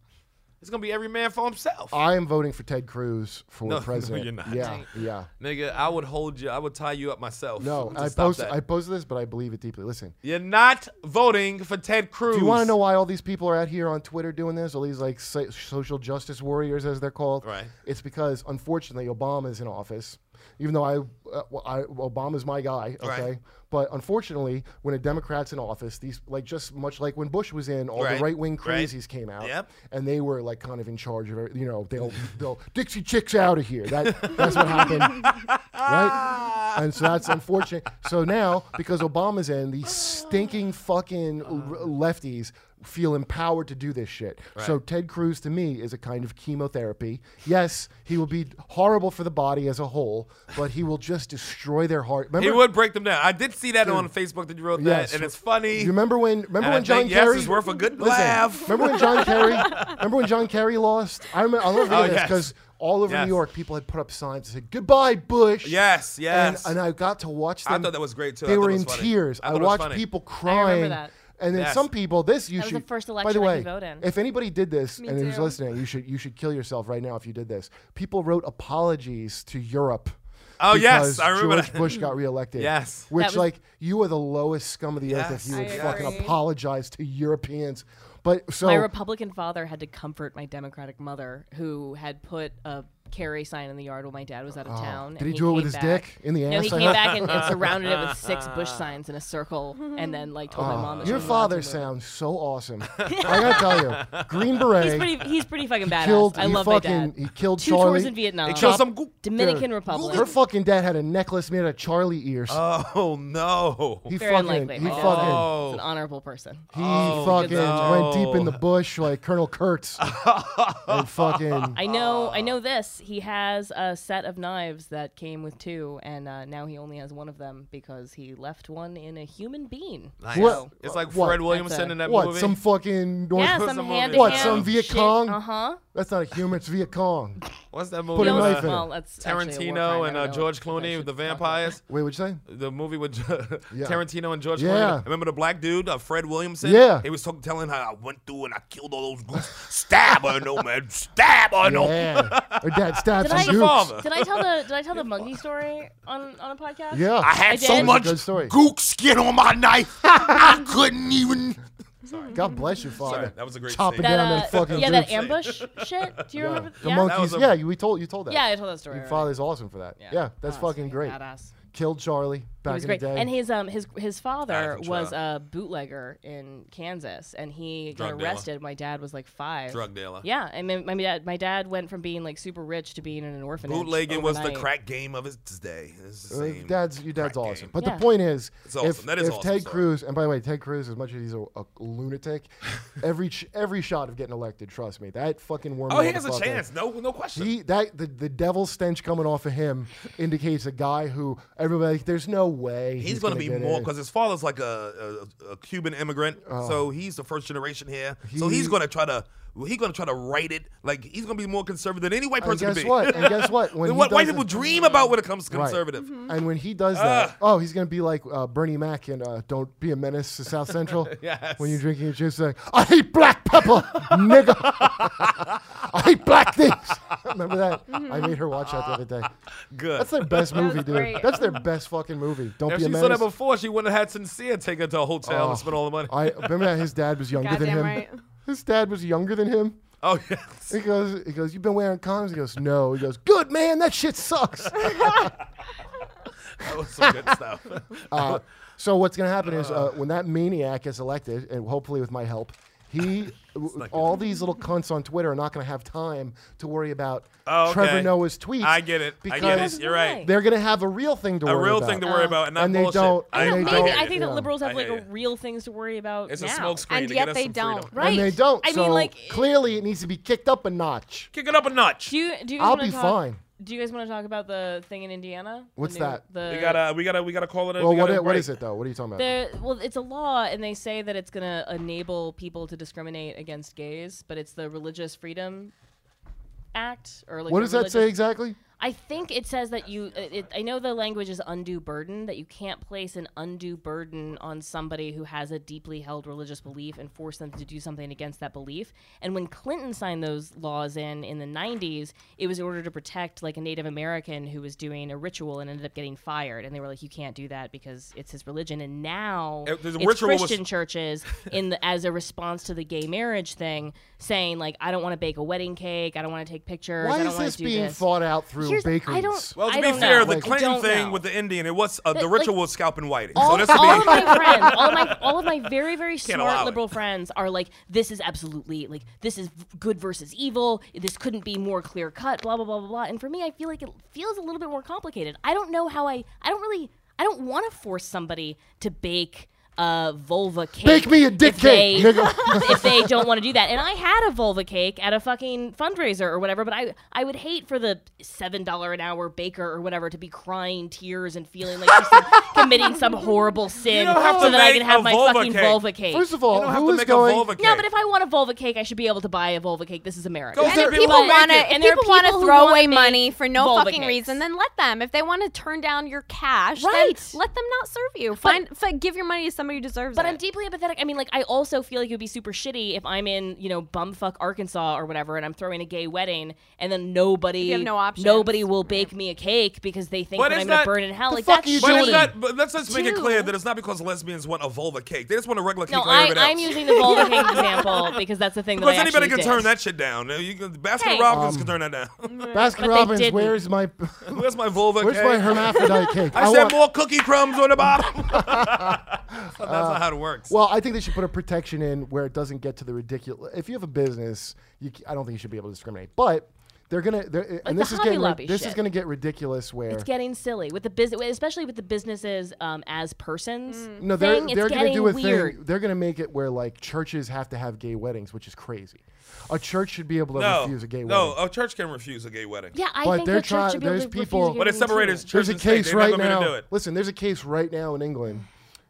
D: It's gonna be every man for himself.
C: I am voting for Ted Cruz for
D: No, no,
C: president.
D: you're not.
C: Yeah, yeah.
D: Nigga, I would hold you. I would tie you up myself.
C: No,
D: to
C: I
D: stop
C: post
D: that.
C: I posted this, but I believe it deeply. Listen,
D: You're not voting for Ted Cruz.
C: Do you want to know why all these people are out here on Twitter doing this? All these like so- social justice warriors, as they're called.
D: Right.
C: It's because unfortunately Obama's in office. Even though I, uh, well, I Obama's my guy. Okay.
D: Right.
C: But unfortunately, when a Democrat's in office, these like just much like when Bush was in, all
D: Right.
C: the right wing
D: Right.
C: crazies came out,
D: Yep.
C: and they were like kind of in charge of every- you know they'll they'll Dixie chicks out of here. That that's what happened, right? and so that's unfortunate. So now, because Obama's in, these stinking fucking r- lefties feel empowered to do this shit. So Ted Cruz, to me, is a kind of chemotherapy. Yes, he will be horrible for the body as a whole, but he will just destroy their heart. Remember,
D: He would break them down. I did see that on Facebook that you wrote
C: Yes.
D: that, and it's funny.
C: You remember when? Remember
D: And I
C: when John
D: think yes
C: Kerry?
D: is worth a good
C: Listen,
D: laugh.
C: Remember when John Kerry? Remember when John Kerry lost? I remember. I'll never forget
D: Oh, yes.
C: because all over
D: Yes.
C: New York, people had put up signs that said "Goodbye, Bush."
D: Yes, yes.
C: And, and I got to watch
D: I
C: them.
D: thought that was great, too. I
C: They
D: thought
C: were
D: it was
C: in
D: funny.
C: tears.
D: I
C: I,
D: thought it was
C: watched
D: funny.
C: people crying.
G: that.
C: And then
D: Yes.
C: some people. This you
G: That was
C: should.
G: the first
C: by the
G: election I
C: way,
G: could vote in.
C: if anybody did this and who's
F: too.
C: listening, you should you should kill yourself right now if you did this. People wrote apologies to Europe.
D: Oh, yes,
C: because
D: I remember
C: George
D: that.
C: Bush got reelected.
D: Yes.
C: which
G: That was-
C: like you are the lowest scum of the earth if
D: Yes.
C: you would
F: I
C: fucking
F: agree.
C: apologize to Europeans. But so
G: My Republican father had to comfort my Democratic mother, who had put a carry sign in the yard while my dad was out of town.
C: Oh. did
G: and
C: he do it with
G: came
C: his
G: back-
C: dick? In the
G: No, he
C: ass, I
G: came
C: hope?
G: back and, and surrounded it with six bush signs in a circle, and then like told my mom. That
C: Oh.
G: she
C: your
G: was allowed
C: father
G: to move.
C: sounds so awesome. I gotta tell you, Green Beret.
G: He's pretty. He's pretty fucking badass.
C: killed-
G: I
C: he
G: love my
C: fucking-
G: dad.
C: he killed
G: two tours
C: Charlie.
G: in Vietnam.
D: He killed some gu-
G: Dominican
C: Dude.
G: Republic.
C: her fucking dad had a necklace made out of Charlie ears.
D: Oh no!
C: he
G: Very
C: fucking,
G: unlikely.
C: he
G: My dad
C: fucking,
D: Oh.
G: is an honorable person.
C: he
D: Oh,
C: fucking
D: no.
C: went deep
G: Oh.
C: in the bush like Colonel Kurtz. and fucking,
G: I know. I know this. He has a set of knives that came with two, and uh, now he only has one of them because he left one in a human being.
D: Nice.
C: What-
D: It's like
C: what-
D: Fred Williamson in that
C: what?
D: movie.
C: Some fucking North
G: Yeah,
D: put
G: some
D: some
G: hand
D: on it. What, some
C: Viet Cong?
G: Uh huh.
C: That's not a human. It's Viet Cong.
D: What's that movie?
C: Put a
D: with,
C: knife in
G: well,
C: it.
G: that's actually a war crime.
D: Tarantino
G: I
D: and
G: don't
D: uh,
G: know
D: George
G: if I
D: Clooney
G: should
D: with the
G: talk about
D: vampires.
C: Wait, what'd you say?
D: The movie with
C: Yeah.
D: Tarantino and George
C: Yeah.
D: Clooney. Remember the black dude, uh, Fred Williamson?
C: Yeah.
D: He was talk- telling her, I went through and I killed all those goons. Stab her, no man. Stab her, no.
C: Yeah. Her dad stabbed
G: Did
C: some
G: I-
D: Your
C: gooks.
D: father.
G: that. Did I tell the Did I tell the monkey story on on a podcast?
C: Yeah.
D: I had
G: I
D: so
G: did?
D: much
C: Good story.
D: gook skin on my knife, I couldn't even.
C: God bless your father.
D: Sorry, that was a great
C: Chopping
D: scene.
G: That,
C: down
G: uh,
C: that fucking
G: yeah, that
C: gooks.
G: ambush shit. Do you remember?
C: The
G: yeah?
D: That was
C: monkeys.
D: a-
C: yeah, you- we told you told that.
G: Yeah, I told that story.
C: Your
G: already.
C: father's awesome for that. Yeah, that's
G: Honestly,
C: fucking great.
G: Badass.
C: Killed Charlie back
G: He was
C: in
G: great.
C: the day.
G: And his um his his father
D: Jonathan
G: was
D: Trout.
G: a bootlegger in Kansas, and he
D: Drug
G: got
D: dealer.
G: arrested. My dad was like five.
D: Drug dealer.
G: Yeah, and my, my dad my dad went from being like super rich to being in an orphanage.
D: Bootlegging was the
G: overnight.
D: crack game of his day. It's the
C: Uh,
D: same
C: dad's your dad's
D: crack
C: awesome.
D: game.
C: But
G: Yeah.
C: the point is,
D: It's awesome.
C: if,
D: That is
C: if
D: awesome,
C: Ted
D: sorry.
C: Cruz, and by the way, Ted Cruz, as much as he's a, a lunatic, every ch- every shot of getting elected, trust me, that fucking worm.
D: Oh, he has a
C: motherfucker,
D: chance. No, no question.
C: He that the, the devil stench coming off of him indicates a guy who everybody there's no way
D: He's, going to be
C: get
D: more
C: in.
D: because his father's like a, a, a Cuban immigrant, so he's the first generation here. so
C: Oh. He-
D: he's going to try to he's going to try to right it. Like he's going to be more conservative than any white
C: And
D: person.
C: guess
D: can be.
C: what? And guess what? When
D: Than
C: he
D: what white
C: does
D: people
C: it-
D: dream about when it comes to
C: Right.
D: conservative.
F: Mm-hmm.
C: And when he does that, oh, he's gonna be like uh, Bernie Mac in uh, "Don't Be a Menace to South Central."
D: Yes.
C: When you're drinking your juice, like, I hate black pepper, nigga. I hate black things. Remember that? I made her watch that the other day.
D: Good.
C: That's their best movie, dude.
F: great.
C: That's their best fucking movie. Don't
D: if
C: be a
D: she saw that
C: menace.
D: before, she wouldn't have had sincere take her to a hotel and spend all the money.
C: Oh. I remember that his dad was younger than
F: Goddamn
C: him.
F: right.
C: His dad was younger than him.
D: oh yes.
C: He goes, he goes, you've been wearing condoms. He goes, no. He goes, good man, that shit sucks.
D: That was some good stuff.
C: Uh, so what's going to happen is uh, when that maniac is elected, and hopefully with my help, he all these little cunts on Twitter are not going to have time to worry about
D: Oh, okay.
C: Trevor Noah's tweets.
D: I get it. I
C: Because
D: get it. You're right.
C: They're going to have a real thing to
D: A
C: worry
D: real
C: about.
D: thing to
F: Uh,
D: worry about, and not
C: And they
D: bullshit.
C: don't-
D: I,
G: I
C: and
G: don't
C: they
G: think
C: don't-
G: I think
C: yeah.
G: that liberals
D: I
G: have like
D: hear
G: a
D: you.
G: real things to worry about.
D: It's a
G: now.
D: smokescreen
F: And
D: to
F: yet
D: get us
F: they
D: some
F: don't.
D: freedom.
G: Right.
C: And they don't.
G: I
C: so
G: mean, like,
C: clearly, it needs to be kicked up a notch.
D: Kick it up a notch.
G: do you do you guys
C: I'll
G: wanna
C: be
G: talk-
C: fine.
G: Do you guys want to talk about the thing in Indiana? The
C: What's
G: new-
C: that?
G: The
D: we gotta we gotta we gotta call it. in.
C: Well,
D: We
C: what
D: gotta
C: i- what
D: break.
C: is it though? What are you talking about?
G: There, well, it's a law, and they say that it's going to enable people to discriminate against gays, but it's the Religious Freedom Act, or like
C: what
G: the
C: does that say
G: religious-
C: exactly?
G: I think it says that you. It, it- I know the language is undue burden that you can't place an undue burden on somebody who has a deeply held religious belief and force them to do something against that belief. And when Clinton signed those laws in in the 90s, it was in order to protect like a Native American who was doing a ritual and ended up getting fired. And they were like, "You can't do that because it's his religion." And now
D: It- Uh, the
G: it's
D: ritual was-
G: Christian churches in the, as a response to the gay marriage thing, saying like, "I don't want to bake a wedding cake. I don't want to take pictures. I
C: Why
G: don't
C: is
G: wanna
C: this
G: do
C: being
G: this."
C: thought out through through
G: Here's- I
C: bakeries.
G: don't-
D: Well, to
G: I
D: be
G: don't
D: fair,
G: know.
D: the
G: Like, I
D: Clinton
G: don't
D: thing
G: know.
D: with the Indian, it was uh, the
G: But,
D: ritual
G: like,
D: was scalping whiting.
G: all,
D: so this would
G: all of
D: be.
G: my friends, all of my all of my very
D: allow
G: very
D: it.
G: smart liberal friends are like, this is absolutely like this is v- good versus evil. This couldn't be more clear cut. Blah blah blah blah blah. And for me, I feel like it feels a little bit more complicated. I don't know how I I don't really I don't want to force somebody to bake a vulva cake.
C: Bake me a dick
G: if
C: cake,
G: they-
C: nigga.
G: if they don't want to do that. And I had a vulva cake at a fucking fundraiser or whatever, but I I would hate for the seven dollar an hour baker or whatever to be crying tears and feeling like she's like, committing some horrible sin
D: don't have
G: so
D: to
G: that I
D: make
G: can have
D: a
G: my
D: vulva
G: fucking
D: cake.
G: vulva cake.
C: First of all,
D: You don't have
C: who
D: to
C: is
D: make
C: going?
D: a vulva cake.
G: no, but if I want a vulva cake, I should be able to buy a vulva cake. This is America.
D: Go
F: And if
D: But-
F: people
D: but-
F: want to, if
G: and there are
F: people want to
G: people who
F: throw
G: wanna
F: away
G: make
F: money for no
G: vulva
F: fucking
G: cakes.
F: reason, then let them. If they want to turn down your cash,
G: Right.
F: then let them not serve you. Find, f- give your money to somebody who deserves
G: But
F: it.
G: I'm deeply empathetic. I mean, like, I also feel like it would be super shitty if I'm in, you know, bumfuck Arkansas or whatever, and I'm throwing a gay wedding, and then nobody,
F: You have no options.
G: nobody will bake me a cake because they think
D: But
G: that
D: it's
G: I'm gonna
D: not-
G: burn in hell.
C: The
G: like,
C: fuck
G: that's
C: are you
D: But
G: shitty.
D: it's
C: Julie.
D: not. But let's just make it
F: Two.
D: clear that it's not because lesbians want a vulva cake. They just want a regular cake
G: No,
D: like
G: I,
D: everything
G: I'm
D: else.
G: using the vulva cake example because that's the thing
D: Because
G: that I
D: anybody can
G: actually
D: turn
G: did.
D: that shit down. Uh, You can, Baskin
G: Hey. Mm-hmm.
D: Robbins can turn that down.
C: Baskin
G: they
C: Robbins,
G: didn't.
C: where's my
D: Where's my vulva
C: where's
D: cake?
C: my hermaphrodite cake?
D: I, said
C: want-
D: more cookie crumbs on the bottom. That's not how it works.
C: Uh, Well, I think they should put a protection in where it doesn't get to the ridiculous. If you have a business, you, c- I don't think you should be able to discriminate. But they're gonna, they're, and
G: Like
C: this
G: the
C: is
G: Hobby
C: getting, ri-
G: Lobby
C: this is
G: shit.
C: gonna get ridiculous. Where
G: It's getting silly with the business, especially with the businesses um, as persons.
F: Mm.
C: no, they're
G: thing, it's
C: they're gonna
G: getting
C: do a
G: weird.
C: thing. They're gonna make it where like churches have to have gay weddings, which is crazy. A church should be able to
D: no,
C: refuse a gay
D: no,
C: wedding.
D: a church can refuse a gay wedding.
G: Yeah, I
C: But
G: think
C: they're
G: the church
C: try-
G: should be able
C: there's
G: to refuse
C: people-
G: to
D: But it
G: give them
D: separated
G: too.
D: as church
C: There's a
D: and state.
C: case
D: They're
C: right
D: not gonna do
C: now.
D: it.
C: Listen, there's a case right now in England.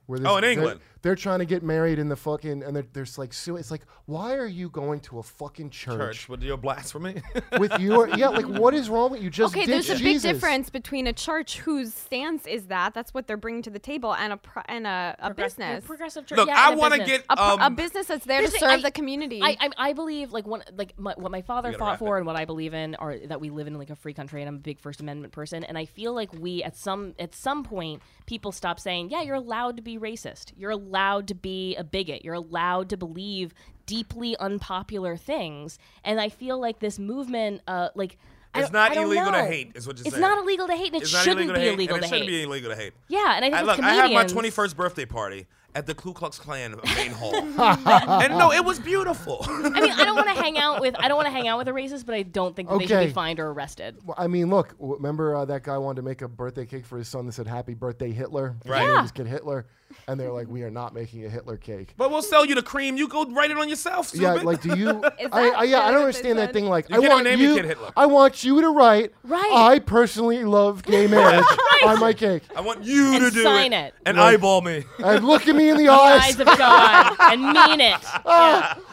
C: Where
D: Oh, in
C: they're-
D: England.
C: they're trying to get married in the fucking and they're, there's like sue. It's like, why are you going to a fucking
D: Church with your blasphemy.
C: with your yeah like what is wrong with you just
F: Okay,
C: did
F: there's a big
C: Jesus.
F: difference between a church whose stance is that that's what they're bringing to the table and a pro- and a, a
G: Progress-
F: business.
G: Progressive church.
D: Look,
G: yeah,
D: I
G: and a
D: want to
G: business.
D: get
F: a, pro-
D: um,
F: a business that's there to
G: Here's the thing,
F: serve
G: I-
F: the community.
G: I, I, I believe like one like my, what my father
D: gotta wrap
G: fought for
D: it.
G: and what I believe in are that we live in like a free country and I'm a big First Amendment person and I feel like we at some at some point people stop saying yeah you're allowed to be racist you're allowed to be a bigot you're allowed to believe deeply unpopular things and I feel like this movement uh like I
D: It's
G: don't-
D: not
G: I don't
D: illegal to
G: know.
D: hate, is what you're
G: it's
D: saying.
G: not illegal to hate and it
D: It's not
G: shouldn't be illegal
D: and
G: to
D: It shouldn't
G: hate
D: be illegal to hate.
G: yeah and I think
D: I,
G: as
D: look, I had my
G: comedians-
D: 21st birthday party at the Ku Klux Klan main hall, and no, it was beautiful.
G: I mean, I don't want to hang out with I don't want to hang out with a racist, but I don't think that they should
C: Okay.
G: be fined or arrested.
C: Well, I mean, look. w- Remember uh, that guy wanted to make a birthday cake for his son that said "Happy Birthday Hitler." His
D: Right.
C: name
D: Yeah.
C: was Kid Hitler, and they're like, "We are not making a Hitler cake."
D: but we'll sell you the cream. You go write it on yourself.
C: Yeah,
D: stupid.
C: like, do you?
F: Is
C: I,
F: that
C: I, yeah, I don't
F: what they
C: understand
F: said?
C: that thing. Like, I
D: You can't
C: want
D: name your
C: you.
D: kid Hitler.
C: I want you to write.
G: Right.
C: I personally love gay marriage on my cake,
D: I want you
G: And
D: to do
G: sign
D: it,
G: it.
D: and eyeball me.
C: and look at me in the
G: eyes
C: eyes.
G: of God and mean it.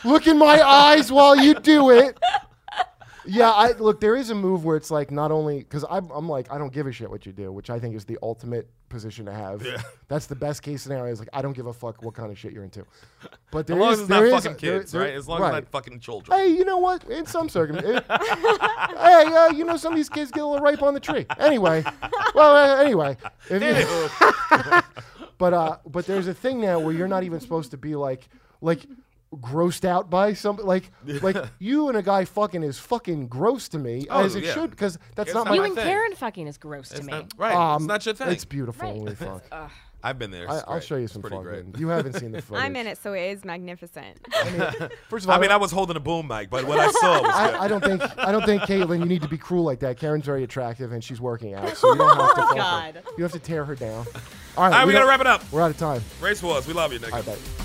C: look in my eyes while you do it. Yeah, I look. There is a move where it's like not only because I'm, I'm like I don't give a shit what you do, which I think is the ultimate position to have.
D: Yeah.
C: That's the best case scenario. Is like I don't give a fuck what kind of shit you're into. But there
D: As long
C: is-
D: as it's not
C: there is-
D: fucking
C: there-
D: kids,
C: there-
D: right? As long as
C: right.
D: it's not fucking children.
C: Hey, you know what? In some circumstances, hey, uh, you know some of these kids get a little ripe on the tree. Anyway, well, uh, anyway, if you, but uh, but there's a thing now where you're not even supposed to be like like grossed out by something like like you and a guy fucking is fucking gross to me
D: Oh,
C: as it
D: yeah.
C: should because that's
D: It's
C: not,
D: not
C: my
G: You
D: my
G: and
D: thing.
G: Karen fucking is gross to me.
D: right.
C: um,
D: it's not your thing.
C: It's beautiful
G: Right.
C: when we fuck.
D: I've been there.
C: I,
D: It's
C: I'll
D: great.
C: show you
D: It's
C: some
D: pretty
C: fucking.
D: great.
C: You haven't seen the footage.
F: I'm in it, so it is magnificent.
C: First of all,
D: I mean, I was holding a boom mic, but what I saw was good.
C: I, I don't think I don't think Caitlin, you need to be cruel like that. Karen's very attractive and she's working out, so you don't have to. fuck her.
G: God.
C: You have to tear her down. All right,
D: All right, we gotta
C: don't-
D: wrap it up.
C: We're out of time.
D: Race Wars, we love you, nigga.
C: All right, bye.